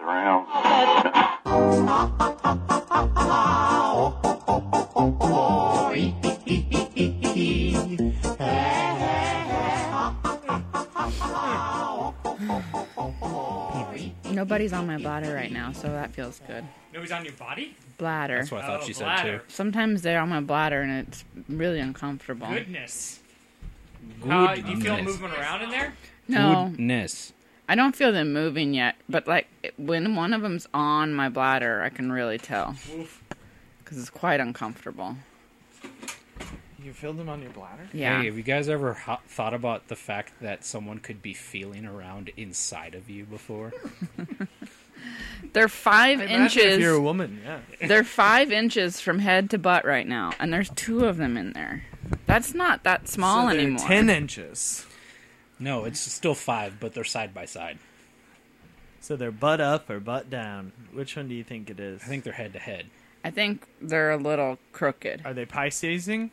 around. Nobody's on my bladder right now, so that feels good. Nobody's on your body? Bladder. That's what I thought Oh, she said bladder. too. Sometimes they're on my bladder and it's really uncomfortable. Goodness. How, do you feel Goodness. movement around in there? No, Goodness. I don't feel them moving yet, but like it- when one of them's on my bladder, I can really tell Oof. because it's quite uncomfortable. You filled them on your bladder? Yeah. Hey, have you guys ever ho- thought about the fact that someone could be feeling around inside of you before? They're five Imagine If you're a inches. woman, yeah. They're five inches from head to butt right now, and there's two of them in there. That's not that small So they're anymore. Ten inches. no, it's still five, but they're side by side. So they're butt up or butt down. Which one do you think it is? I think they're head to head. I think they're a little crooked. Are they Pisces-ing?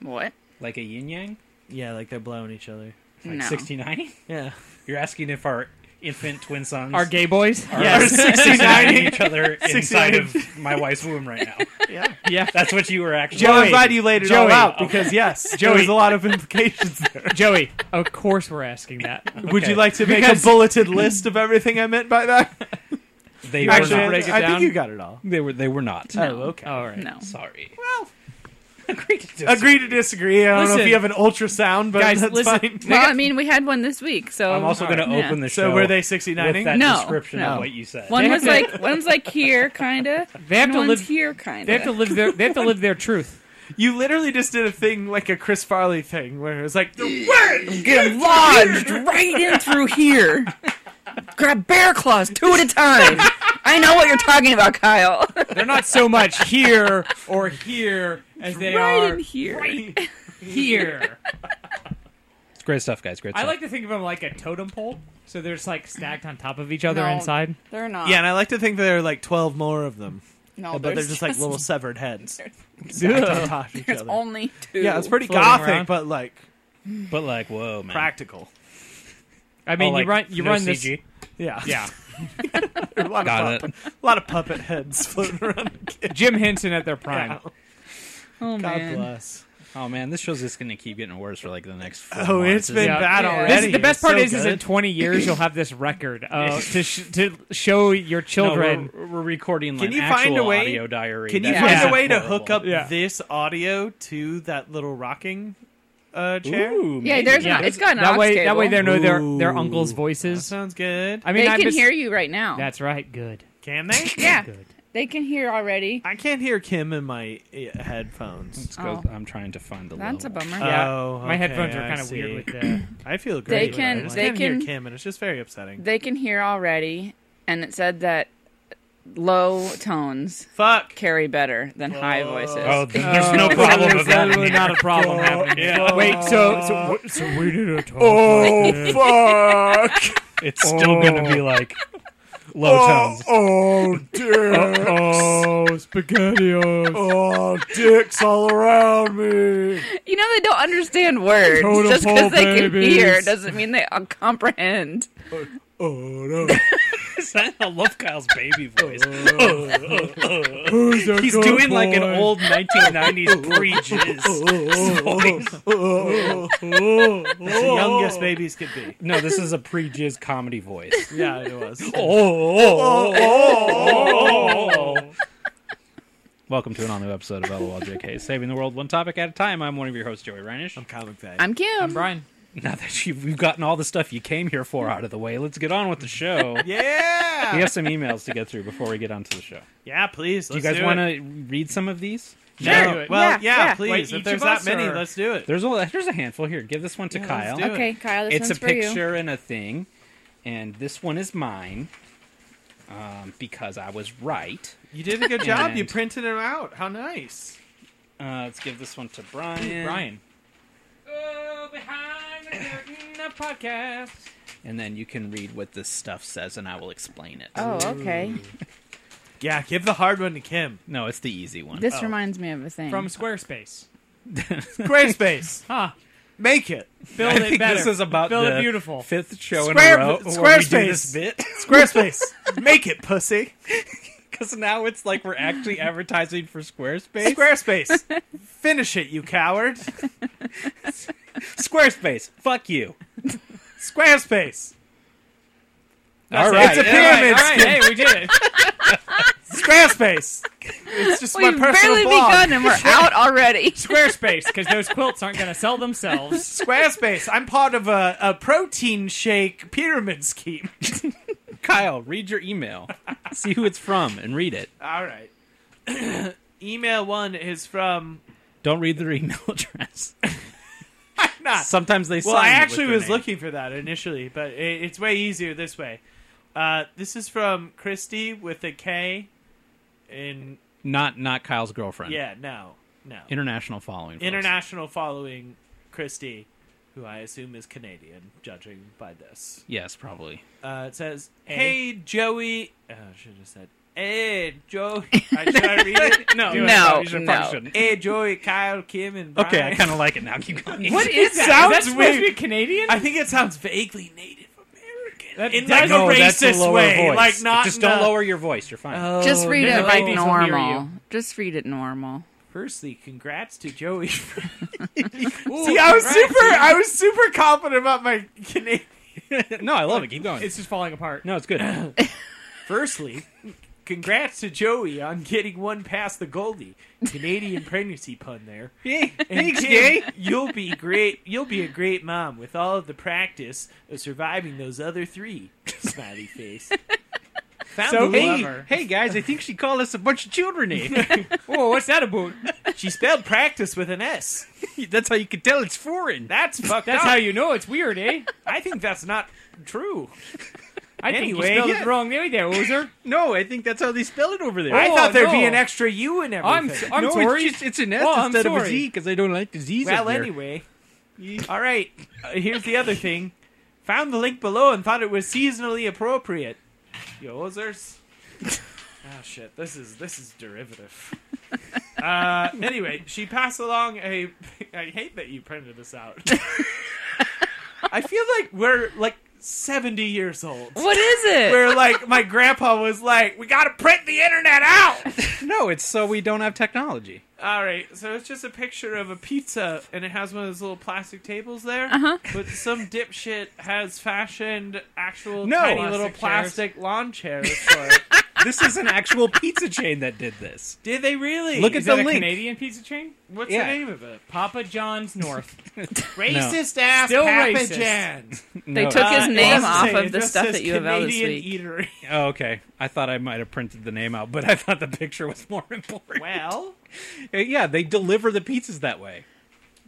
What? Like a yin yang? Yeah, like they're blowing each other. Like no. 69? Yeah. You're asking if our infant twin sons Our gay boys? Yes. sixty-nine each other 69. inside of my wife's womb right now. Yeah. yeah. That's what you were actually. Joey, I'm Joey. glad you laid it all Joey. out because yes, Joey. there's a lot of implications there. Joey, of course we're asking that. Would Okay. you like to make Because- a bulleted list of everything I meant by that? They were Actually, not. break it I down? think you got it all. They were. They were not. Oh, okay. All right. No. Sorry. Well, Agree to disagree. agree to disagree. I don't know Listen. if you have an ultrasound, but Guys, that's listen. fine. Well, I mean, we had one this week, so I'm also going to Yeah. open the show. So were they with 69ing? that No, description no. of what you said? One was like one's like here, kinda. They have and to one's live- here, kinda. They have to live their they have to live their truth. You literally just did a thing like a Chris Farley thing where it was like, get lodged right in through here. Grab bear claws two at a time. I know what you're talking about, Kyle. They're not so much here or here as they right are in here. here. It's great stuff, guys. Great. I Stuff. like to think of them like a totem pole. So they're just like stacked on top of each other No. inside. They're not. yeah, and I like to think there are like 12 more of them, no, but they're Oh, there's just like little severed heads. stacked on There's top of each there's other. only two. Yeah, it's pretty floating gothic, around. but like but like, whoa, man. practical. I mean, Oh, you like, run you no run this. CG. Yeah. Yeah, a, lot Got of puppet, a lot of puppet heads floating around. Jim Henson at their prime. Oh God man. bless. Oh man, this show's just going to keep getting worse for like the next. Four Oh, it's months. been Yeah. bad Yeah. already. This is, the best part It's is, so is in good. 20 years you'll have this record uh, to sh- to show your No, we're- children. we're, recording like Can you an find actual a way- audio diary. Can you That find is a way to horrible. hook up Yeah. this audio to that little rocking uh, chair? Ooh, Yeah, maybe. there's Yeah, not. It's got an that aux way, cable. that way they know their their Ooh. uncle's voices. Sounds good. I mean, They I can miss- hear you right now. That's right. Good. Can they? yeah, Good. they can hear already. I can't hear Kim in my uh, headphones. Let's go- Oh. I'm trying to find the. That's a level. bummer. Yeah, Oh, my okay, headphones are I kind of see. weird with the. I feel great. but can- I just they can't hear can- Kim, and it's just very upsetting. They can hear already, and it said that low tones Fuck. carry better than high voices. Oh, th- there's no problem with that. Really not a problem happening. Wait, so so, wh- so we did a Oh fuck! It's still going to be like low tones. oh dear! Oh, spaghettios. Oh, dicks all around me. You know they don't understand words. Totem Just pole because they can babies. hear doesn't mean they uh, comprehend. Oh no! I love Kyle's baby voice. Who's a He's good doing like an boy? old 1990s pre jizz. That's the youngest babies could be. No, this is a pre jizz comedy voice. Yeah, it was. Welcome to an all new episode of LOL JK, saving the world one topic at a time. I'm one of your hosts, Joey Reinish. I'm comic bag. I'm Kim. I'm Brian. Now that you've, we've gotten all the stuff you came here for out of the way, let's get on with the show. yeah. We have some emails to get through before we get onto the show. Yeah, please. Do you guys want to read some of these? Yeah, do it. Well, Yeah, yeah, yeah. please. Wait, each if there's of that us, many, or- let's do it. There's a there's a handful here. Give this one to Kyle. do it. Okay, Kyle, this it's a one's for you. picture and a thing, and this one is mine um, because I was right. You did a good job. And- You printed them out. How nice. Uh, let's give this one to Brian. Brian. Oh, behind the curtain, a podcast. and then you can read what this stuff says, and I will explain it. Oh, okay. Yeah, give the hard one to Kim. No, it's the easy one. Oh. This reminds me of a thing. From Squarespace. Squarespace. Huh. Make it. I Build it think better. this is about Build the it beautiful. fifth show Square- in a row where we do this Squarespace. bit Squarespace. Make it, pussy. because now it's like we're actually advertising for Squarespace. Squarespace. Finish it, you coward. Squarespace, fuck you. Squarespace. All it. It's right, a all right, pyramid all right. scheme. Hey, we did it. Squarespace. It's just We've my personal barely blog. begun and we're out already. Squarespace, because those quilts aren't going to sell themselves. Squarespace. I'm part of a, a protein shake pyramid scheme. Kyle, read your email. See who it's from and read it. All right. Email one is from. Don't read their email address. Not. Sometimes they Well, sign I it with actually their was name. looking for that initially, but it, it's way easier this way. Uh, this is from Christy with a K. In Not not Kyle's girlfriend. yeah, no, no. International following. folks. International following Christy, who I assume is Canadian, judging by this. Yes, probably. Uh, it says, "Hey Joey." Oh, I should have said, "Hey Joey." I- Should I read it? No. No. no. Hey Joey, Kyle, Kim, and Brian. Okay, I kind of like it now. Keep going. What is that? sounds is that supposed weird. to be Canadian? I think it sounds vaguely Native American That in does- like No, a racist way, like not. Just in don't a- lower your voice. You're fine. Oh, Just read no. it the babies like will hear normal. you. Just read it normal. Firstly, congrats to Joey. See, Ooh, I was right. super, I was super confident about my Canadian. no, I love it. Keep going. It's just falling apart. no, it's good. Firstly, congrats to Joey on getting one past the Goldie. Canadian pregnancy pun there. And Thanks, Kim, You'll be great. You'll be a great mom with all of the practice of surviving those other three. Smiley face. Found So the Love Hey, her. hey guys, I think she called us a bunch of children. eh? Whoa, what's that about? She spelled practice with an S. That's how you can tell it's foreign. That's fucked That's up. how you know it's weird, eh? I think that's not true. I think you Anyway, spelled yeah. it wrong way there, Ozer. No, I think that's how they spell it over there. I Oh, thought there'd be no. an extra U in I'm, everything. I'm no, sorry. It's, just, it's an S Oh, I'm instead of a sorry. Z because I don't like the Z's. well, up there. anyway. All right. Uh, here's the other thing. Found the link below and thought it was seasonally appropriate. Yozers. Oh shit! This is this is derivative. Uh, anyway, she passed along a. I hate that you printed this out. I feel like we're like seventy years old. What is it? Where like my grandpa was like, "We gotta print the internet out." No, it's so we don't have technology. All right, so it's just a picture of a pizza, and it has one of those little plastic tables there. Uh-huh. But some dipshit has fashioned actual No. tiny Plastic little chairs. plastic lawn chairs for it. This is an actual pizza chain that did this. Did they really? Look Is at that the a link. Canadian pizza chain? What's yeah. the name of it? Papa John's North. Racist ass Still Papa racist. Jan. They No, took it's- his Uh, it name doesn't off say, of it the just stuff says that you have out this Canadian week. Eatery. Oh, okay. I thought I might have printed the name out, but I thought the picture was more important. Well, Uh, Yeah, they deliver the pizzas that way.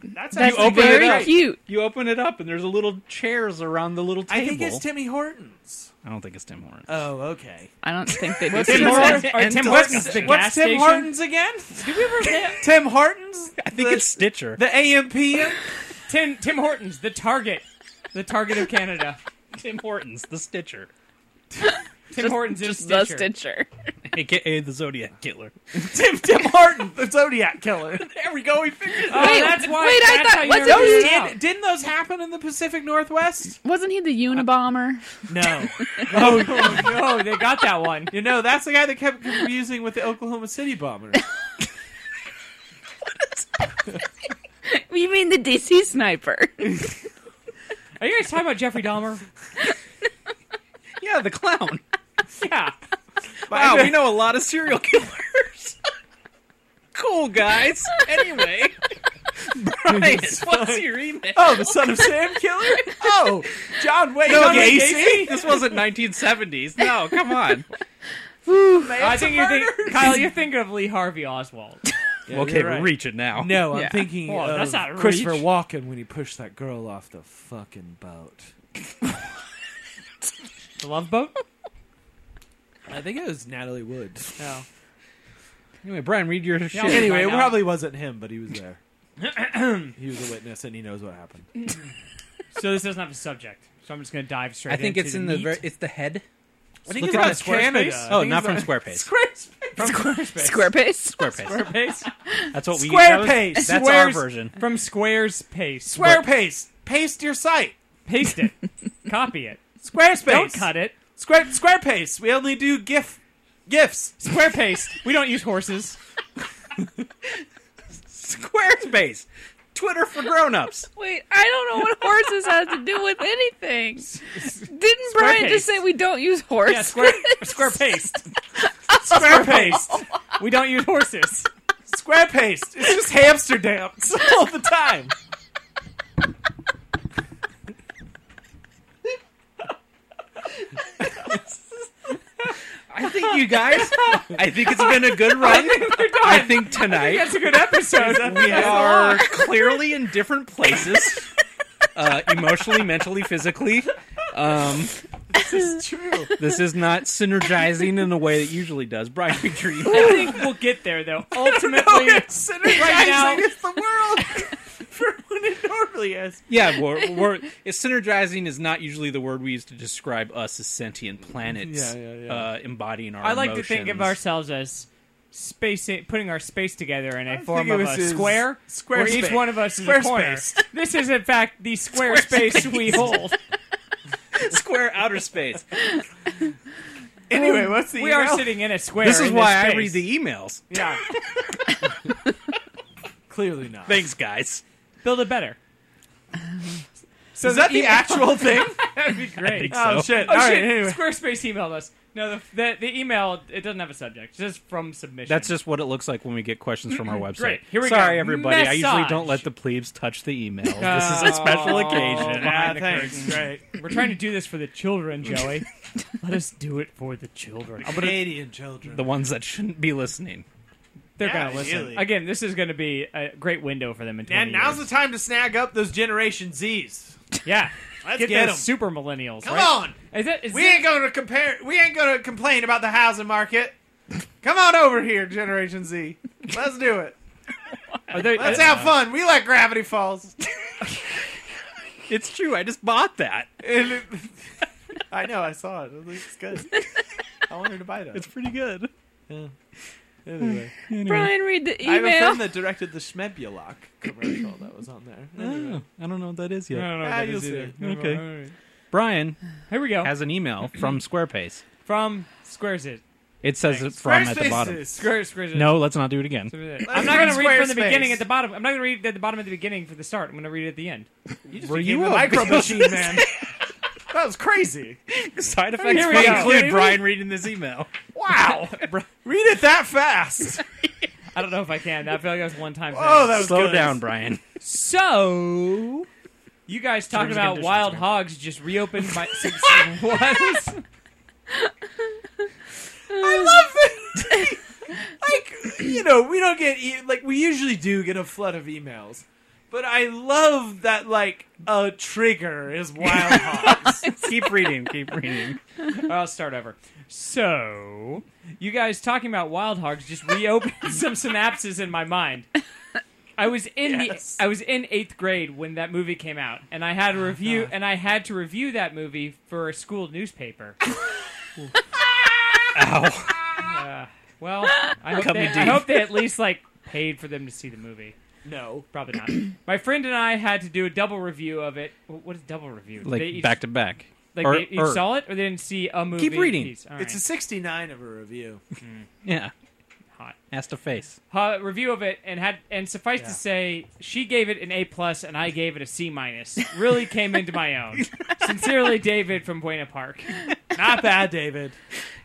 that's, That's actually open it very up. cute. You open it up, and there's a little chairs around the little table. I think it's Timmy Hortons. I don't think it's Tim Hortons. Oh, okay. I don't think they do Tim pizza. Hortons? Hortons? Or And Dunkin'. Tim Hortons, the What's gas Tim station? Hortons again? Did we ever Tim Hortons? I think the, it's Stitcher. the AMPM. Tim, Tim Hortons, the Target. The Target of Canada. Tim Hortons, the Stitcher, Tim Hortons is Just Stitcher. the Stitcher. aka the Zodiac Killer. Tim Tim Horton, the Zodiac Killer. There we go. We figured it Oh, out. Wait, that's why, wait, I that's thought- how you what's remember it- it now. Did, didn't those happen in the Pacific Northwest? Wasn't he the Unabomber? No. Oh, no, they got that one. you know, that's the guy that kept confusing with the Oklahoma City bomber. you mean the DC sniper? Are you guys talking about Jeffrey Dahmer? Yeah, the clown. Yeah. Wow, we know a lot of serial killers. cool guys. Anyway, Brian, what's your email? Oh, the son of Sam Killer? Oh, John Wayne No, John Wayne Gacy? Gacy? This wasn't 1970s. No, come on. I think you think, Kyle, you're thinking of Lee Harvey Oswald. okay, you're right. we're reaching now. No, I'm Yeah. thinking Well, of that's not reach. Christopher Walken when he pushed that girl off the fucking boat. The Love Boat? I think it was Natalie Wood. No. Anyway, Brian, read your shit. Anyway, Anyway, it Why not? probably wasn't him, but he was there. he was a witness, and he knows what happened. So this doesn't have a subject. So I'm just going to dive straight I think into it's in the meat. ver- it's the head. I think Look it's at on that Oh, Squarespace. Oh, not from Squarespace. Squarespace. From Squarespace. Squarespace. Squarespace. Squarespace. That's what we Squarespace. That was- That's our Squares- version. From Squarespace. Squarespace. Paste your site. Paste it. Copy it. Squarespace. Don't cut it. Square Squarespace. We only do GIF gifs. Square paste. We don't use horses. Squarespace. Twitter for grown-ups. Wait, I don't know what horses has to do with anything. Didn't Brian just Squarespace. say we don't use horses? Yeah, square square paste. Square paste. We don't use horses. Square paste. It's just Hamsterdam all the time. I think you guys. I think it's been a good run. I think tonight That's a good episode. we are clearly in different places, uh, emotionally, mentally, physically. Um, That's true. this is not synergizing in the way it usually does. Brian, picture you. I think we'll get there though. Ultimately, right now, it's the world. for when it normally is. Yeah, we're, we're, it's synergizing is not usually the word we use to describe us as sentient planets Yeah, yeah, yeah. Uh, embodying our I like to think of emotions. ourselves as space, putting our space together in a think form it of was a his square, square where space. each one of us is Square a corner. space. This is, in fact, the square, space, we hold. square outer space. anyway, what's the We email? are sitting in a square. This is in why I space. read the emails. Yeah. Clearly not. Thanks, guys. Build it better. So is that the actual thing? That'd be great. I think so. shit! Oh, All right. shit. Anyway. Squarespace emailed us. No, the, the the email it doesn't have a subject. It's just from submission. That's just what it looks like when we get questions from our website. Great. Here we go. Sorry, everybody. I usually Massage. don't let the plebes touch the email. this is a special occasion. behind Ah, the thanks. curtain. We're trying to do this for the children, Joey. Let us do it for the children. Canadian children. The ones that shouldn't be listening. They're Yeah, gonna listen. really. Again, this is gonna be a great window for them in 20 and now's the years. time to snag up those Generation Z's. yeah. Let's get, get 'em. those super millennials. Come right? on. Is that, is We that- ain't gonna compare. We ain't gonna complain about the housing market. Come on over here, Generation Z. Let's do it. are they- Let's uh, have fun. We like Gravity Falls. It's true. I just bought that. And it- I know. I saw it. It looks good. I wanted to buy that. It's pretty good. Anyway, Brian, read the I have a email. friend that directed the Schmebulok commercial that was on there. Anyway. I don't know what that is I yet. don't know. what Ah, that you'll is see. either. Okay. All right. Brian Here we go. has an email from Squarespace. from Squares it. It says it from at the bottom. Square Squares it. No, let's not do it again. I'm not going to read read from the Squarespace. beginning at the bottom. I'm not going to read it at the bottom at the beginning for the start. I'm going to read it at the end. Were You a micro machine man? That was crazy. Side effects Here we might go. include Ready? Brian reading this email. Wow. Read it that fast. I don't know if I can. I feel like that was one time. thing. Oh, that was Slow good. down, Brian. So, you guys talking Terms and about conditions, Wild right? Hogs just reopened my. what? I love it. like you know, we don't get e- like we usually do get a flood of emails, but I love that like a trigger is wild hogs. keep reading. Keep reading. I'll start over. So, you guys talking about Wild Hogs just reopened some synapses in my mind. I was in Yes. the I was in eighth grade when that movie came out, and I had a Oh, review, and I had to review that movie for a school newspaper. Ow. Uh, well, I hope, Cut me they, I deep. hope they at least like paid for them to see the movie. no, Probably not. My friend and I had to do a double review of it. Wh- What is double review? Like they each, back to back. like or- they each or- saw it, or they didn't see a movie. Er, reading. piece? All it's a right. sixty-nine of a review. Yeah. Hot. Ass to face. uh, review of it and had and suffice to say she gave it an A plus and I gave it a C minus. Really came into my own. Sincerely, David from Buena Park. Not bad, David.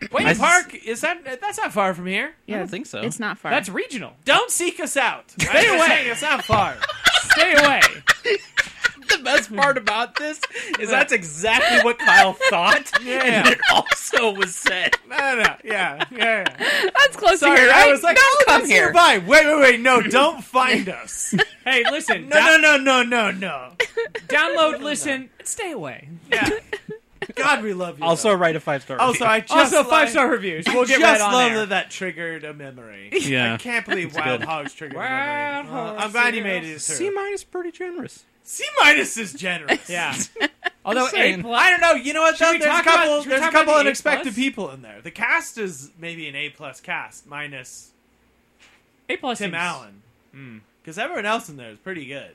I Wayne s- Park is that? That's not far from here. I don't think so. It's not far. That's regional. Don't seek us out. Stay away. It's not far. Stay away. the best part about this is that's exactly what Kyle thought. And it also was said. No, no, no. Yeah, yeah. yeah. That's close to Sorry, here. I right? was like, no, oh, come that's here. nearby. Wait, wait, wait. No, don't find us. Hey, listen. No, no, no, no, no, no. do- Download, listen, and stay away. Yeah. God, we love you. Also, write a five star. Also, I just also, like- five star reviews. We'll get just right on love there. that that triggered a memory. Yeah. I can't believe a Wild good- Hogs triggered a Wild memory. Uh, Hogs I'm glad you made triggered it. C through. minus pretty generous. C minus is generous. Yeah. Although saying. A I plus, don't know. You know what? Though? we There's talk a about- couple. should we there's a talk about couple the A unexpected plus? people in there. The cast is maybe an A plus cast minus A plus. Tim seems- Allen because everyone else in there is pretty good.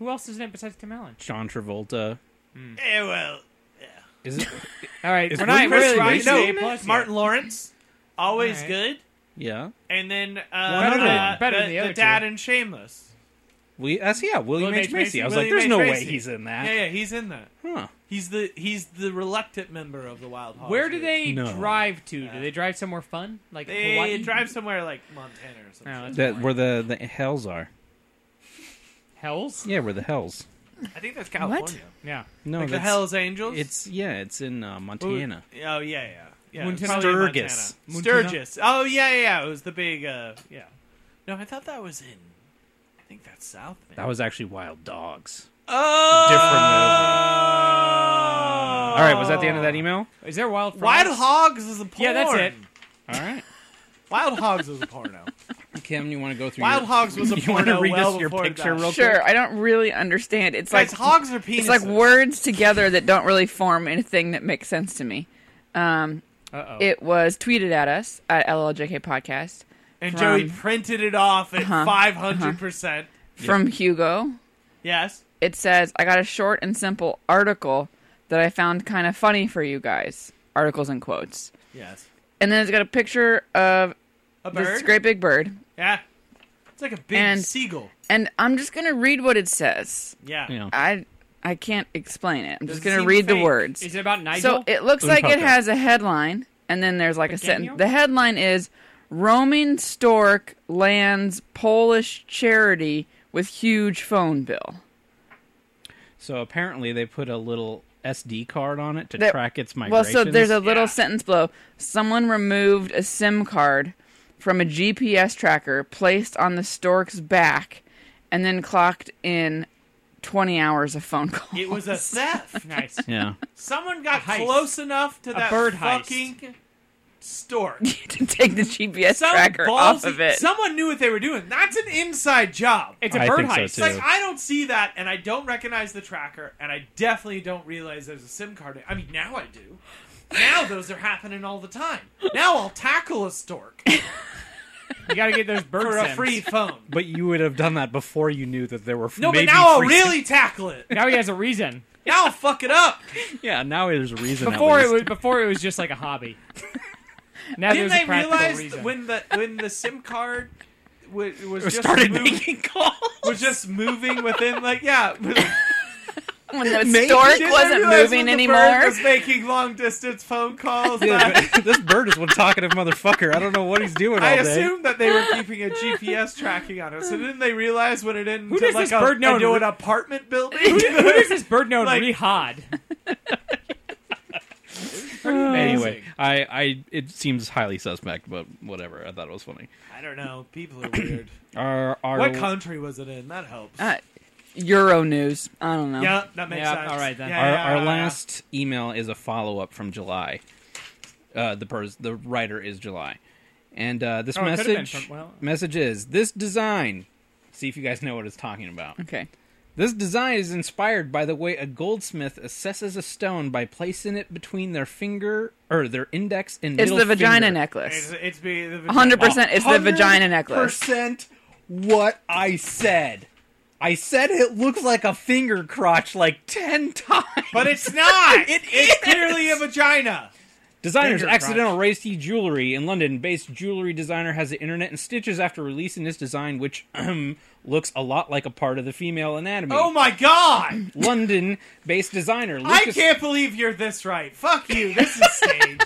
Who else is in it besides Tim Allen? John Travolta. Yeah, Eh, well, Is it? All right, Is we're not Ludacris really Ryan reaching in A it? plus. yet. Martin Lawrence always Alright. good, yeah. and then uh, other one. uh, Better than the other dad two. and Shameless. We, that's, yeah, William William H. H. Macy. Macy, I was like, William there's H. no way Macy. he's in that. Yeah, yeah, he's in that. Huh. He's the he's the reluctant member of the Wild Hogs. Where do group. they No. drive to? Yeah. Do they drive somewhere fun? Like They Hawaii? drive somewhere like Montana Oh, or something. No, that's- That where the, the hells are. Hells? Yeah, where the hells. I think that's California. Yeah. No, Like the Oh, that's, Hell's Angels. It's yeah, it's in uh, Montana. Oh yeah, yeah, yeah. it's Montana. probably in Sturgis. Montana. Montana. Sturgis. Oh yeah, yeah, yeah. It was the big. uh Yeah. No, I thought that was in. I think that's South. Man. That was actually Wild Dogs. oh. Different movie. All right, was that the end of that email? Is there wild Wild frogs? Hogs is a porn. Yeah, that's it. All right, Wild Hogs is a porno. Kim, you want to go through? Wild your- Hogs was a You want porno to read well us your before picture that. real quick? Sure, I don't really understand. It's Guys, like hogs are penises. it's like words together that don't really form anything that makes sense to me. Um, Uh-oh. it was tweeted at us at LLJK Podcast And from- Uh-huh. Joey printed it off at 500%. from Hugo. Yes. It says, "I got a short and simple article that I found kind of funny for you guys." Articles in quotes, Yes. and then it's got a picture of A this bird? great big bird, Yeah. It's like a big And- seagull. and I'm just gonna read what it says. Yeah. Yeah. I I can't explain it. I'm just Doesn't gonna seem read the fake. words. Is it about Nigel? So it looks like it Unpopular. has a headline, and then there's like a sentence. Pequeño? The headline is Roaming Stork lands Polish charity with huge phone bill. So apparently they put a little SD card on it to That- track its Well, migrations. so there's a little Yeah. sentence below. Someone removed a SIM card from a GPS tracker placed on the stork's back and then clocked in 20 hours of phone calls. It was a theft. nice. yeah. Someone got heist. close enough to that bird heist. fucking stork. to take the GPS Some tracker off ballsy- of it. Someone knew what they were doing. That's an inside job. It's a I bird think so, heist. too. It's like I don't see that, and I don't recognize the tracker, and I definitely don't realize there's a SIM card. I mean, now I do. Now those are happening all the time. Now I'll tackle a stork You gotta get those bird for a sims. free phone. But you would have done that before you knew that there were No, maybe but now I'll free- really tackle it. Now he has a reason. Now I'll fuck it up. yeah. Now there's a reason. at Before it least. was before it was just like a hobby. Now Didn't there's a they practical realize reason. when the when the SIM card was, was It just started moving, making calls. was just moving within like yeah. it was- when the Maybe stork Didn't they wasn't realize moving when the anymore. bird Was making long distance phone calls. Yeah, but this bird is one talkative motherfucker. I don't know what he's doing all I day. assume that they were keeping a GPS tracking on us, and then they realize when it ended Who to does like this a, bird know I know in an apartment building. Who does this bird know Like- in Rehod? Anyway, I, I it seems highly suspect, but whatever. I thought it was funny. I don't know. People are weird. Our, our, what country was it in? That helps. Uh, Euro news. I don't know. yeah, that makes Yeah, sense. all right then. Yeah, our, yeah, our yeah, last email is a follow up from July. Uh, the pers- the writer is July, and uh, this Oh, it could've been message from- well- message is this design. See if you guys know what it's talking about. Okay. This design is inspired by the way a goldsmith assesses a stone by placing it between their finger or their index and It's middle the vagina finger. yeah. It's, necklace. it's be the hundred percent. It's the vagina necklace. Percent what I said. I said it looks like a finger crotch like ten times. but it's not. it's clearly a vagina. Designer's Finger accidental racy jewelry in London based jewelry designer has the internet in stitches after releasing this design, which ahem, looks a lot like a part of the female anatomy. Oh my god! London based designer I Lucas can't believe you're this right. Fuck you. This is staged.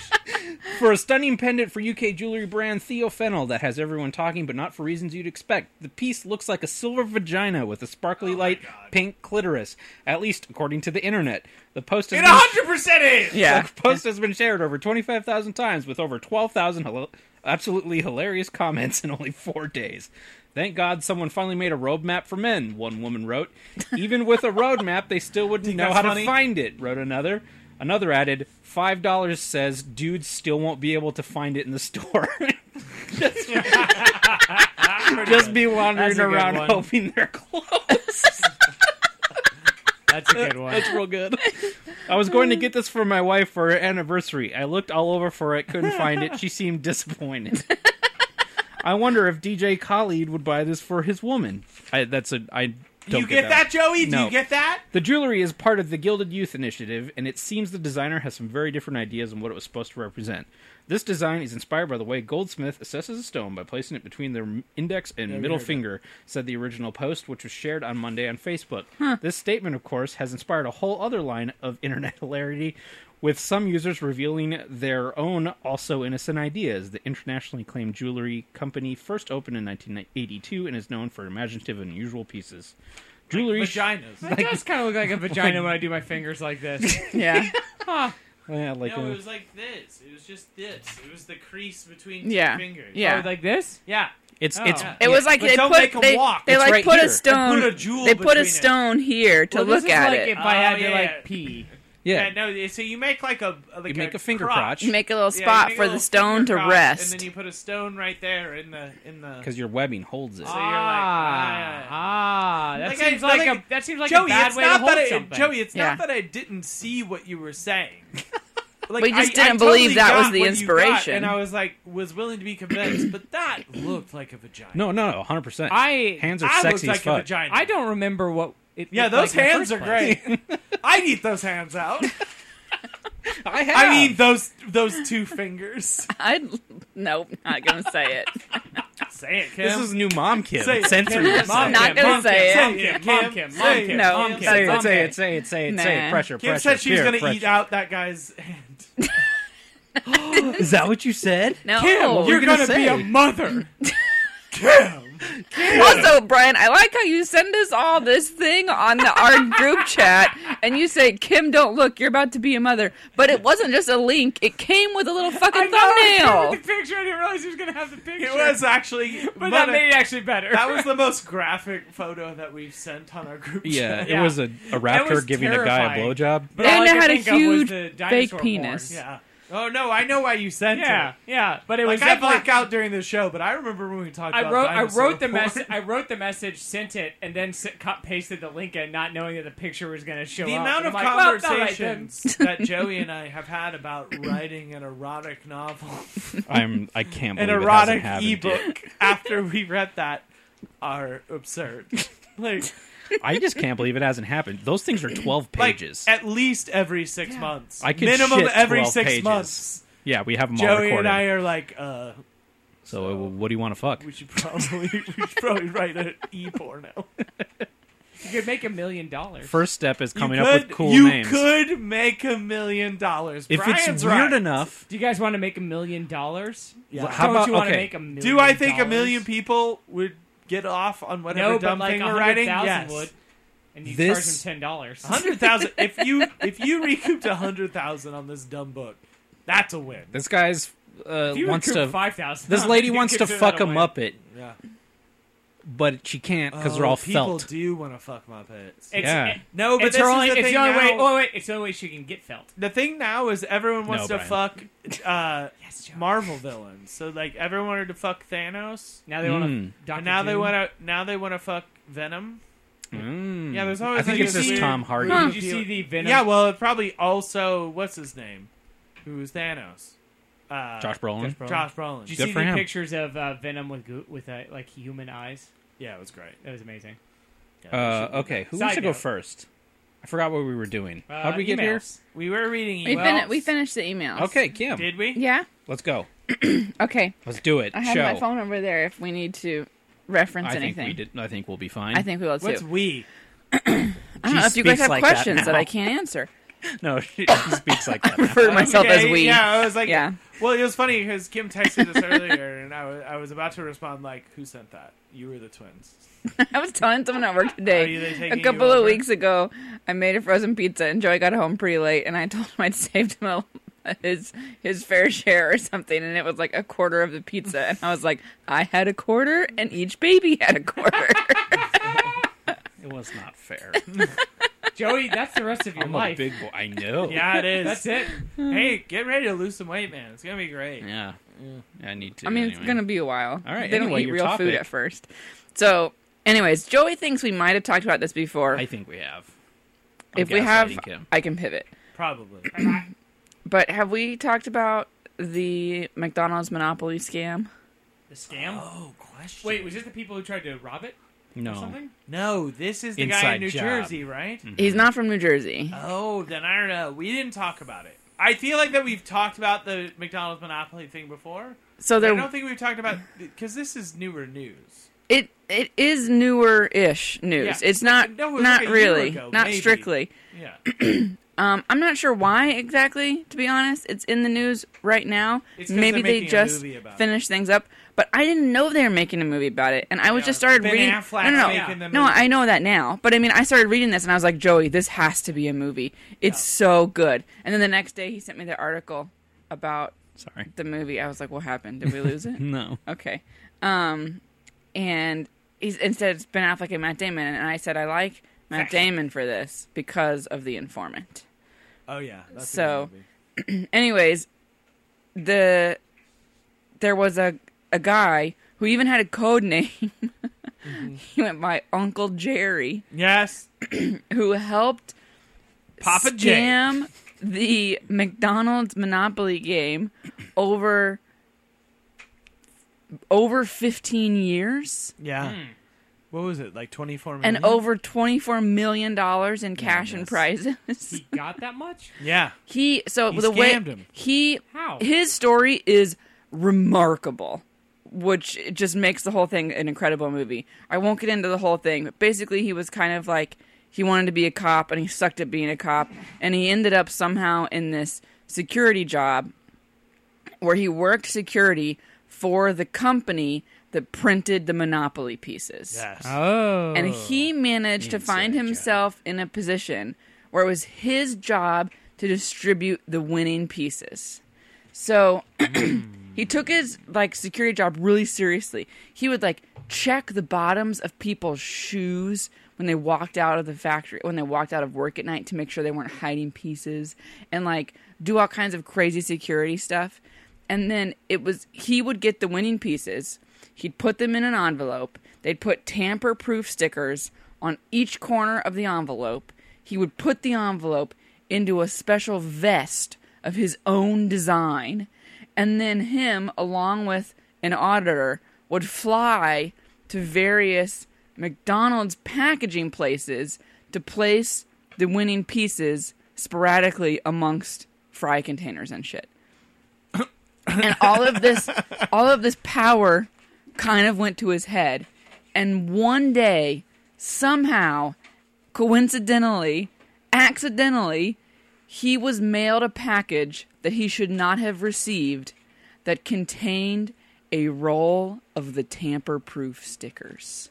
for a stunning pendant for UK jewelry brand Theo Fennel that has everyone talking, but not for reasons you'd expect. The piece looks like a silver vagina with a Oh sparkly light pink clitoris, at least according to the internet. The post has It been 100% is. Yeah. the post has been shared over 25,000 times with over 12,000 hilo- absolutely hilarious comments in only four days. Thank God someone finally made a roadmap for men, one woman wrote. Even with a roadmap, they still wouldn't know that's how funny? to find it, wrote another. Another added, $5 says dudes still won't be able to find it in the store. just, just be wandering That's a good around one. hoping they're close. That's a good one. That's real good. I was going to get this for my wife for her anniversary. I looked all over for it, couldn't find it. She seemed disappointed. I wonder if DJ Khalid would buy this for his woman. I, that's a I don't you get, that, Joey? Do No. you get that? The jewelry is part of the Gilded Youth Initiative, and it seems the designer has some very different ideas on what it was supposed to represent. This design is inspired by the way Goldsmith assesses a stone by placing it between their m- index and middle finger, said the original post, which was shared on Monday on Facebook. This statement, of course, has inspired a whole other line of internet hilarity, with some users revealing their own also innocent ideas. The internationally acclaimed jewelry company first opened in 1982 and is known for imaginative and unusual pieces. Jewelry. Vaginas. It does kind of look like a vagina when I do my fingers like this. Yeah. Yeah, like No, uh, it was like this. It was just this. It was the crease between two Yeah. fingers. Yeah. Oh, like this? Yeah. It's Oh. it's Yeah. It was like But they don't put make 'em they, walk. they It's like right put here. a stone. They put a jewel they put a between it. stone here to Well, look this is at like it. if I had Oh, to yeah. like pee. yeah. Yeah, no. So you make like a like You make a finger crotch. You make a little Yeah, you spot make a for little the stone to finger crotch, rest. and then you put a stone right there in the in the. because your webbing holds it. So you're like, ah, ah, ah, that Like I- seems like, like- a that seems like Joey, a bad it's way not to hold that I, something. Joey, it's Yeah. not that I didn't see what you were saying. Like, We just I- I didn't totally believe that was got the what you got, inspiration. and I was like, was willing to be convinced, but that looked like a vagina. No, no, no, hundred percent. I Hands are I looked sexy like as fuck. a vagina. I don't remember what. It Yeah, looked those like in the hands first are place. great. I'd eat those hands out. I have. I mean those those two fingers. I nope, not gonna say it. Say it, Kim. this is new mom kid. Say it, Censor Kim. yourself. I'm not Kim, gonna Mom say Kim, it. it. Mom Kim, Kim, say Mom it. Kim, No, Mom Kim, say it, Mom say Kim. it, say it, say it, Nah. say it. Pressure, Kim pressure. said she was fear, going to pressure. eat out that guy's hand. Is that what you said? No. you're gonna be a say? mother. Kim. also, Brian, I like how you send us all this thing on the our group chat, and you say, "Kim, don't look. You're about to be a mother." But it wasn't just a link; it came with a little fucking I thumbnail. with the picture. I didn't realize he was gonna have the picture. It was actually but mother- that made it actually better. that was the most graphic photo that we've sent on our group Yeah, chat. it was a, a raptor was giving a guy a terrifying. blowjob. But They all I had could a think of was huge the fake dinosaur horn. penis. Yeah. Oh no, I know why you sent Yeah, it. yeah, but it Like was I definitely black out during the show, but I remember when we talked I about wrote, I dinosaur wrote the porn. message. I wrote the message, sent it, and then s- cut, pasted the link, in, not knowing that the picture was going to show The up. amount of And I'm like, well, all right then. conversations that Joey and I have had about writing an erotic novel, I'm. I can't an believe it erotic hasn't happened yet. ebook after we read that are absurd. Like, I just can't believe it hasn't happened. Those things are twelve like, pages. at least every six months. I could Minimum shit every 12 six pages. months. yeah, we have them all Joey recorded. and I are like, uh, so, what do you want to fuck? we should probably we should probably write an e porno. You could make a million dollars. First step is coming you up could, with cool you names. could make a million dollars. if Brian's it's right. weird enough, Do you guys want to make a million dollars? Yeah. How Don't about- you want okay. to make a million? Do I think a dollars? million people would get off on whatever No, but dumb like thing a we're hundred writing? thousand Yes. would, and you This- charge them ten dollars. Hundred thousand. if you if you recouped a hundred thousand on this dumb book, that's a win. this guy's uh, You wants to. recoup five thousand. This lady wants to gives her fuck that a away. muppet, Yeah, Oh, but she can't because they're all people felt. do want to fuck my pets. It's, Yeah. it- No, but it's this her is only. the It's thing the only way. now- Oh wait, it's the only way she can get felt. The thing now is everyone wants No, to Brian. fuck uh, Yes, Joe. Marvel villains. So like everyone wanted to fuck Thanos, Now they Mm. want to. and now they want to now they want to fuck Venom. Mm. Yeah, there's always. I think like, it's this this weird- Tom Hardy. Did you see the venom? Yeah, well, it probably also what's his name, who was Thanos, uh, Josh Brolin. Josh Brolin. Did you Good see for the him. pictures of uh, Venom with goo- with uh, like human eyes? Yeah, it was great. That was amazing. Uh, okay, who Side should go note. first? I forgot what we were doing. Uh, How'd we get here? emails. We were reading We, emails. fin- we finished the emails. Okay, Kim, Did we? Yeah. let's go. Okay. Let's do it. I have Show. my phone over there if we need to reference I think anything. we did. I think we'll be fine. I think we will too. What's we? I don't know if you guys speaks have like that questions that, now. I can't answer. no, she, she speaks like that. now. Refer to myself Okay, as we. Yeah, I was like, Yeah. Well, it was funny because Kim texted us earlier, and I was, I was about to respond like, "Who sent that? You were the twins." I was telling someone at work Are you today they a taking couple you of over? weeks ago. I made a frozen pizza, and Joey got home pretty late, and I told him I'd saved him a, his his fair share or something, and it was like a quarter of the pizza, and I was like, I had a quarter, and each baby had a quarter. It was not fair. Joey, that's the rest of your I'm a life. big Hmm. boy. I know. Yeah, it is. That's it. Hey, get ready to lose some weight, man. It's gonna be great. Yeah. I need to. I mean, anyway. it's gonna be a while. All right, They anyway, don't eat your real food topic. at first. So, anyways, Joey thinks we might have talked about this before. I think we have. I'm if we have, gaslighting Kim. I can pivot. Probably. But have we talked about the McDonald's monopoly scam? The scam? Oh, question. Wait, was this the people who tried to rob it or No. something? no, this is the guy Inside in New job. Jersey, right? He's not from New Jersey. Oh, then I don't know. We didn't talk about it. I feel like that we've talked about the McDonald's monopoly thing before. So I there don't think we've talked about because this is newer news. it it is newer ish news. Yeah. It's not No, it was not like a year really ago, not maybe. strictly. Yeah. Um, I'm not sure why exactly. To be honest, it's in the news right now. It's 'cause Maybe they're they making a just movie about it. finished things up, but I didn't know they were making a movie about it, and I was just started Ben reading. Affleck's no, no, making no, the no movie. I know that now, but I mean, I started reading this, and I was like, Joey, this has to be a movie. It's so good. And then the next day, he sent me the article about Sorry. the movie. I was like, what happened? Did we lose it? No. Okay. Um, and he's instead it's Ben Affleck and Matt Damon, and I said I like Matt Damon for this because of the informant. Oh yeah. That's a So- good movie. Anyways, the there was a a guy who even had a code name. Mm-hmm. he went by Uncle Jerry, yes, who helped Papa J. scam the McDonald's Monopoly game over over 15 years. Yeah. Hmm. What was it like? Twenty four million. and over $24 million in cash and prizes. He got that much? Yeah. He, so He the way scammed him. he, How? his story is remarkable, which it just makes the whole thing an incredible movie. I won't get into the whole thing, but basically he was kind of like, he wanted to be a cop and he sucked at being a cop and he ended up somehow in this security job where he worked security for the company that printed the monopoly pieces Yes. Oh. and he managed to find himself in a position where it was his job to distribute the winning pieces. So he took his like security job really seriously. He would like check the bottoms of people's shoes when they walked out of the factory, when they walked out of work at night to make sure they weren't hiding pieces and like do all kinds of crazy security stuff. And then it was he would get the winning pieces. He'd put them in an envelope. They'd put tamper proof stickers on each corner of the envelope. He would put the envelope into a special vest of his own design. And then him, along with an auditor, would fly to various McDonald's packaging places to place the winning pieces sporadically amongst fry containers and shit. and all of this all of this power kind of went to his head. And one day, somehow, coincidentally, accidentally, he was mailed a package that he should not have received that contained a roll of the tamper proof stickers.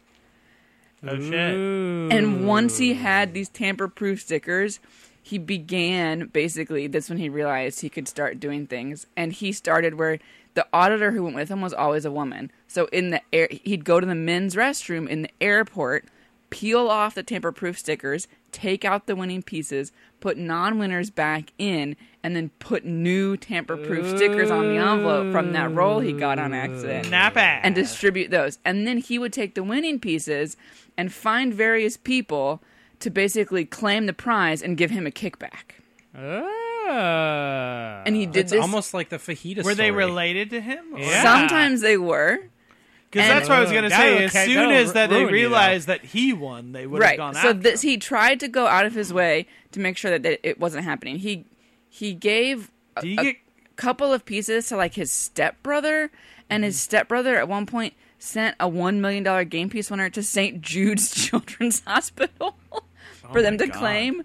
oh shit. And once he had these tamper proof stickers, he began basically that's when he realized he could start doing things. And he started where the auditor who went with him was always a woman. So in the air, he'd go to the men's restroom in the airport, peel off the tamper proof stickers, take out the winning pieces, put non winners back in, and then put new tamper proof stickers on the envelope from that roll he got on accident Not bad. and distribute those. And then he would take the winning pieces and find various people to basically claim the prize and give him a kickback. Ah. And he did It's this. almost like the fajita Were they story. related to him? Because Yeah. Sometimes they were and- that's what I was gonna That'll say. As ca- soon that'll as that ruin they you, though. realized that he won, they would have right. gone so after this him. he tried to go out of his way to make sure that, that it wasn't happening. He he gave a, Do you a get- couple of pieces to like his stepbrother, and his Mm-hmm. stepbrother at one point sent a one million dollar game piece winner to St. Jude's Children's Hospital for them Oh my to God. claim.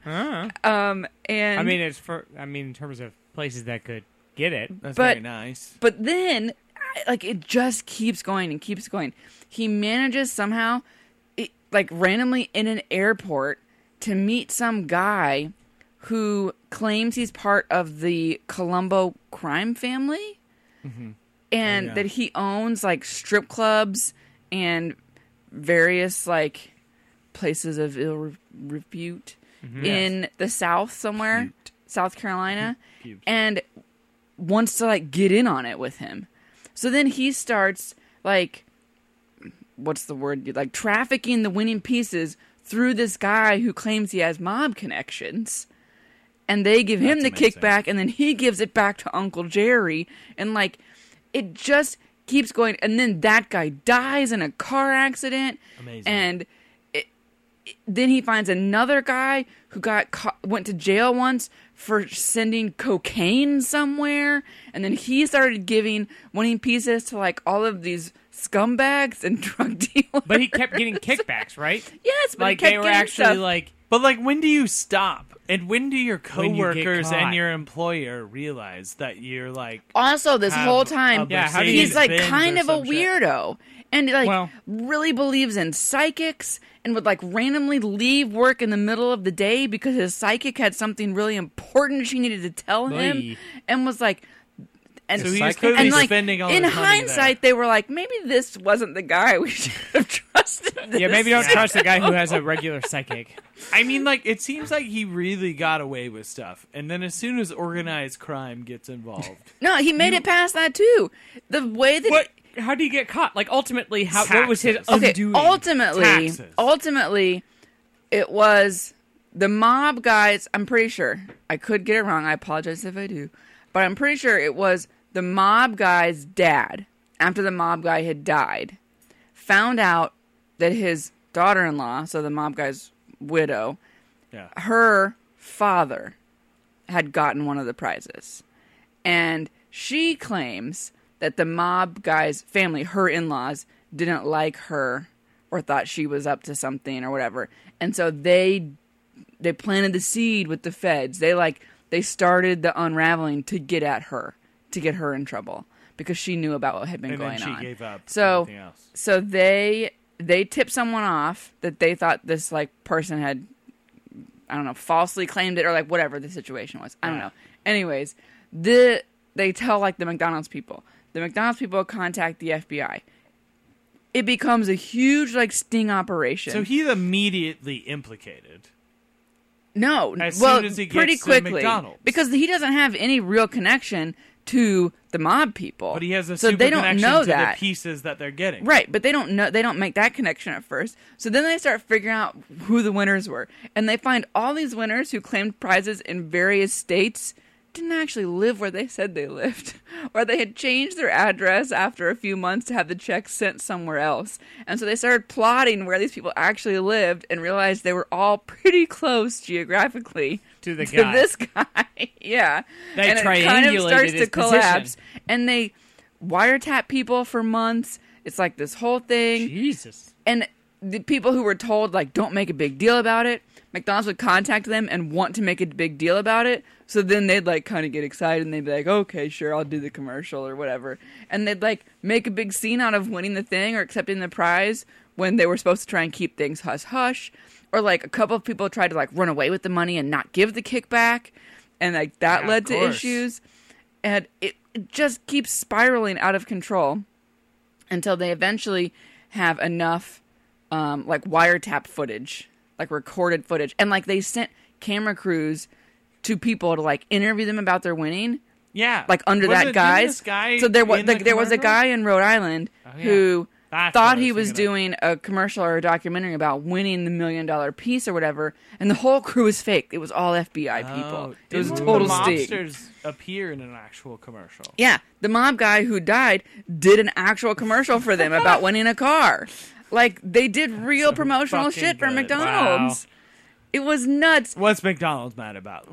Um, and I mean, it's for. I mean, in terms of places that could get it. That's but- very nice. But then, I- like, it just keeps going and keeps going. He manages somehow, it, like, randomly in an airport to meet some guy who claims he's part of the Colombo crime family and that he owns, like, strip clubs and various, like, places of ill re- repute in the South somewhere, South Carolina. And wants to like get in on it with him. So then he starts like what's the word like trafficking the winning pieces through this guy who claims he has mob connections and they give him the That's amazing. kickback and then he gives it back to Uncle Jerry and like it just keeps going and then that guy dies in a car accident Amazing. and it, it- then he finds another guy who got caught, went to jail once for sending cocaine somewhere and then he started giving winning pieces to like all of these scumbags and drug dealers But he kept getting kickbacks, right? yes but he like kept they were getting actually stuff. like But like, when do you stop? And when do your When you get coworkers caught. and your employer realize that you're like also this have whole a time Yeah, how do you he's like Mercedes-Benz kind or of a some shit? weirdo and like Well- really believes in psychics and would like randomly leave work in the middle of the day because his psychic had something really important she needed to tell him Oy. and was like and, So he's and, clearly like spending all in his money hindsight they were like maybe this wasn't the guy we should have trusted yeah, this maybe don't to." trust the guy who has a regular psychic. I mean, like, it seems like he really got away with stuff. And then as soon as organized crime gets involved, no he made it past that too the way that What? How do you get caught? Like ultimately, how what was his okay, undoing? ultimately, Taxes. ultimately, it was the mob guys. I'm pretty sure I could get it wrong. I apologize if I do, but I'm pretty sure it was the mob guy's dad. After the mob guy had died, found out that his daughter-in-law, so the mob guy's widow, Yeah. her father had gotten one of the prizes. And she claims that the mob guy's family, her in laws, didn't like her or thought she was up to something or whatever. And so they they planted the seed with the feds. They like they started the unraveling to get at her, to get her in trouble because she knew about what had been and going then she on. gave up. so everything else. so they they tipped someone off that they thought this like person had I don't know, falsely claimed it or like whatever the situation was. I don't know. Anyways, the they tell like the McDonald's people. The McDonald's people contact the FBI. It becomes a huge like sting operation. So he's immediately implicated. No, As well, soon as he pretty gets to quickly McDonald's. because he doesn't have any real connection to the mob people. But Oh, he has a so super they don't connection know to that the pieces that they're getting. right? But they don't know they don't make that connection at first. So then they start figuring out who the winners were, and they find all these winners who claimed prizes in various states didn't actually live where they said they lived, or they had changed their address after a few months to have the checks sent somewhere else. And so they started plotting where these people actually lived and realized they were all pretty close geographically To the to guy. this guy. yeah. They and it kind of triangulated starts to his collapse. And they wiretap people for months. It's like this whole thing. Jesus. And the people who were told, like, don't make a big deal about it, McDonald's would contact them and want to make a big deal about it. So then they'd, like, kind of get excited and they'd be like, okay, sure, I'll do the commercial or whatever. And they'd, like, make a big scene out of winning the thing or accepting the prize when they were supposed to try and keep things hush hush. Or, like, a couple of people tried to, like, run away with the money and not give the kickback. And, like, that Yeah, led of to course. issues. And it, it just keeps spiraling out of control until they eventually have enough um, like wiretap footage, like recorded footage, and like they sent camera crews to people to like interview them about their winning, Yeah. like under Wasn't- didn't that guy's. this guy so there was in like, the there was a commercial? Oh, guy in Rhode Island who That's what thought I he was was thinking of. doing a commercial or a documentary about winning the million dollar piece or whatever, and the whole crew was fake. It was all FBI people. Oh, It was a didn't total the steak. mobsters appear in an actual commercial. Yeah, the mob guy who died did an actual commercial for them about winning a car. Like they did real promotional fucking shit for good. McDonald's. It was nuts. What's McDonald's mad about?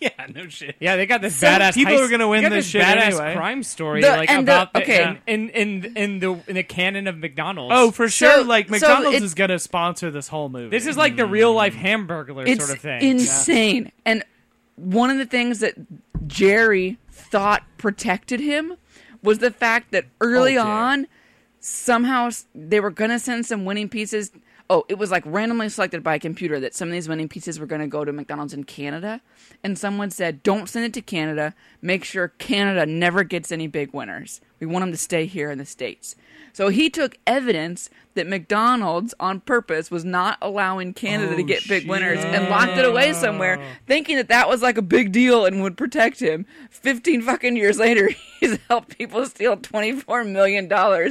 yeah, no shit. Yeah, they got this Some badass. people heist- are gonna win they got this this shit badass anyway. crime story, The- like and the- about the, okay. in, in in in the in the canon of McDonald's. Oh, for sure. So- like so McDonald's it- is going to sponsor this whole movie. this is like the real life Mm. Hamburglar It's sort of thing. insane. And one of the things that Jerry thought protected him was the fact that early Oh, Jerry. on somehow s- they were going to send some winning pieces. Oh, it was like randomly selected by a computer that some of these winning pieces were going to go to McDonald's in Canada. And someone said, don't send it to Canada. Make sure Canada never gets any big winners. We want them to stay here in the States. So he took evidence that McDonald's on purpose was not allowing Canada to get big winners and locked it away somewhere, thinking that that was like a big deal and would protect him. 15 fucking years later, he's helped people steal $24 million.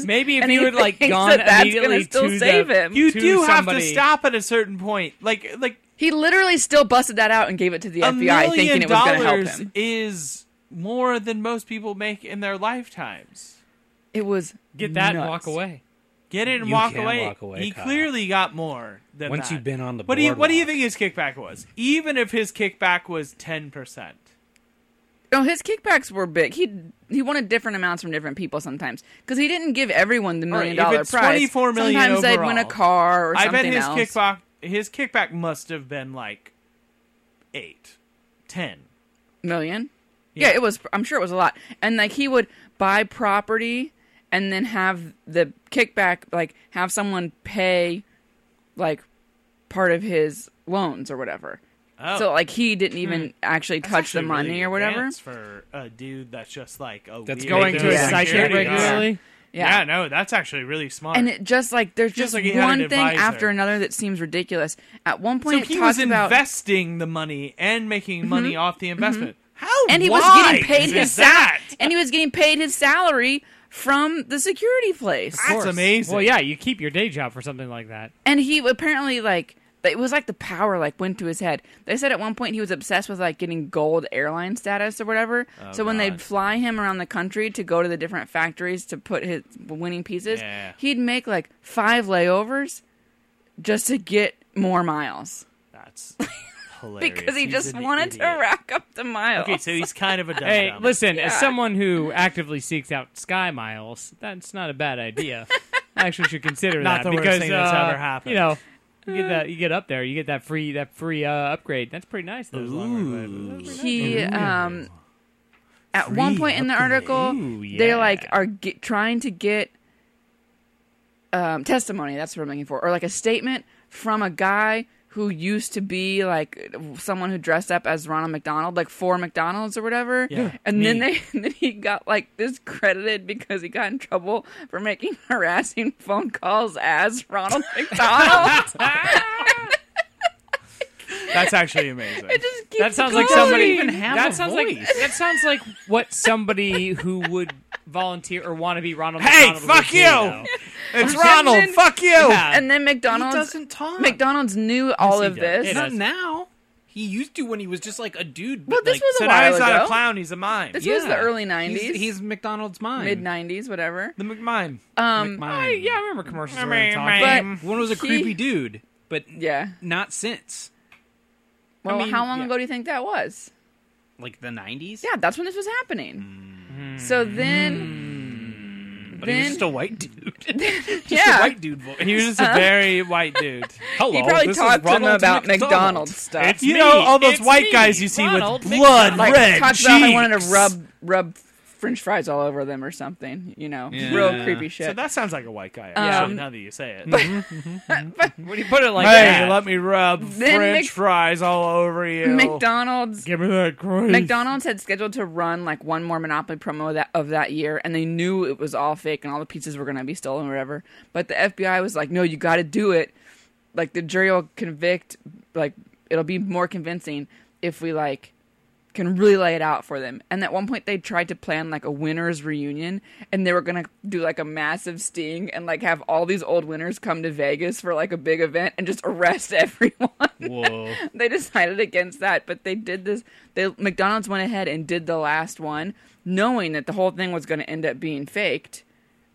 Maybe if and you he had, like, thinks gone that that's immediately gonna still to save the- him. you to do have to somebody- stop at a certain point. Like like He literally still busted that out and gave it to the A FBI, thinking million it was going to help dollars him. is more than most people make in their lifetimes. It was Get that and nuts. walk away. Get it and You walk, can away. walk away, He Kyle. clearly got more than Once that. you've been on the what do you what do you boardwalk. think his kickback was? Even if his kickback was ten percent, No, his kickbacks were big. He he wanted different amounts from different people sometimes because he didn't give everyone the million if dollar it's prize. 24 million sometimes they'd win a overall, car or I something bet his else. kickback his kickback must have been like eight, ten. million. Yeah. it was. I'm sure it was a lot. And like he would buy property and then have the kickback, like have someone pay, like part of his loans or whatever. So like he didn't even actually touch the Oh. Hmm. actually money really or whatever. advanced for a dude that's just like a That's weirdo. going Going to a Yeah. psychic Security guard. regularly. Yeah. no, that's actually really smart. and it just like there's just, like he had one an thing advisor. after another that seems ridiculous. At one so point, it he talks was about Mm-hmm. investing the money and making money off the investment. How and he was wise getting paid his is that? sal- and he was getting paid his salary from the security place. That's amazing. Well, yeah, you keep your day job for something like that. And he apparently like it was like the power like went to his head. They said at one point he was obsessed with like getting gold airline status or whatever. Oh, so when they'd fly him around the country to go to the different factories to put his winning pieces, Yeah. he'd make like five layovers just to get more miles That's hilarious. because he He's just an wanted to idiot. rack up the miles. Okay, so he's kind of a dumb. Hey, dumb. listen, as Yeah. someone who actively seeks out sky miles, that's not a bad idea. I actually should consider Not that the worst because thing that's uh, ever happened. You know, you get Mm. that you get up there, you get that free that free uh, upgrade. That's pretty nice. Those long run plays. he um at one point in the article they like are ge- trying to get um testimony that's what i'm looking for or like a statement from a guy who used to be like someone who dressed up as Ronald McDonald, like for McDonald's or whatever, Yeah, and then they and then he got like discredited because he got in trouble for making harassing phone calls as Ronald McDonald. that's actually amazing. it just keeps That sounds like going. somebody. even have that a sounds like voice. that sounds like what somebody who would volunteer or want to be Ronald. Hey, McDonald fuck would do, you! though. it's then- Ronald. Fuck you. And then McDonald's doesn't talk. McDonald's knew all he of does. this. It Not does. now. He used to when he was just like a dude. Well, but, this like, was a So while now he's ago. not a clown. He's a mime. This was the early '90s, He's, he's McDonald's mime. mid '90s, whatever. The McMime. Um, Mime. I, yeah, I remember commercials. where they talked. but One was a he- creepy dude, but yeah. not since Well, mean, how long yeah. ago do you think that was? like the nineties. Yeah, that's when this was happening. So then, Mm. but he was then just a white dude. just Yeah. Uh-huh. a white dude voice. He was just a very white dude. Hello, he probably this is talked to them Ronald about McDonald. McDonald's stuff. It's You me. know all those It's white me, guys you see Ronald with blood McDonald. like red talked cheeks. about how he wanted to rub rub French fries all over them or something. You know, Yeah. real creepy shit. So that sounds like a white guy. Um, Actually, now that you say it. When you put it like Mm-hmm, hey, that, let me rub Then French Mc- fries all over you. McDonald's Give me that grease. McDonald's had scheduled to run like one more Monopoly promo that of that year, and they knew it was all fake and all the pizzas were going to be stolen or whatever. But the FBI was like, "No, you got to do it. Like the jury will convict. Like it'll be more convincing if we like can really lay it out for them." And at one point, they tried to plan like a winners reunion, and they were going to do like a massive sting and like have all these old winners come to Vegas for like a big event and just arrest everyone Whoa. they decided against that, but they did this. They McDonald's went ahead and did the last one, knowing that the whole thing was going to end up being faked,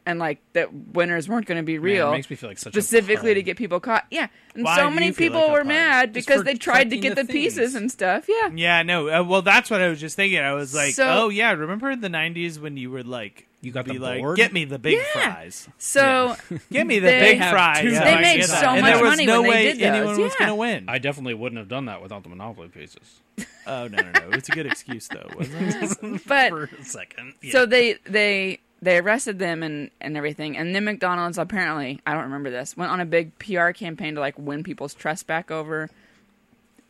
and like that winners weren't going to be real. makes me feel like such a specifically to pug. get people caught. Yeah, and Why so do many you feel people like a were pug? mad Just because for they tried to checking get the the, pieces things. Mm, and stuff. Yeah, Yeah, no. Uh, well, that's what I was just thinking. I was like, So- oh yeah, remember in the '90s when you were like, You got be the like, board? get me the big Yeah. fries, so get me the They big have fries. two Yeah, They I made get so that. and much there was money no when they way did those, anyone was yeah. gonna win. I definitely wouldn't have done that without the Monopoly pieces. Oh no, no, no! It's a good excuse though. Wasn't it? but For a second. Yeah. So they they they arrested them and and everything, and then McDonald's apparently I don't remember this went on a big PR campaign to like win people's trust back over,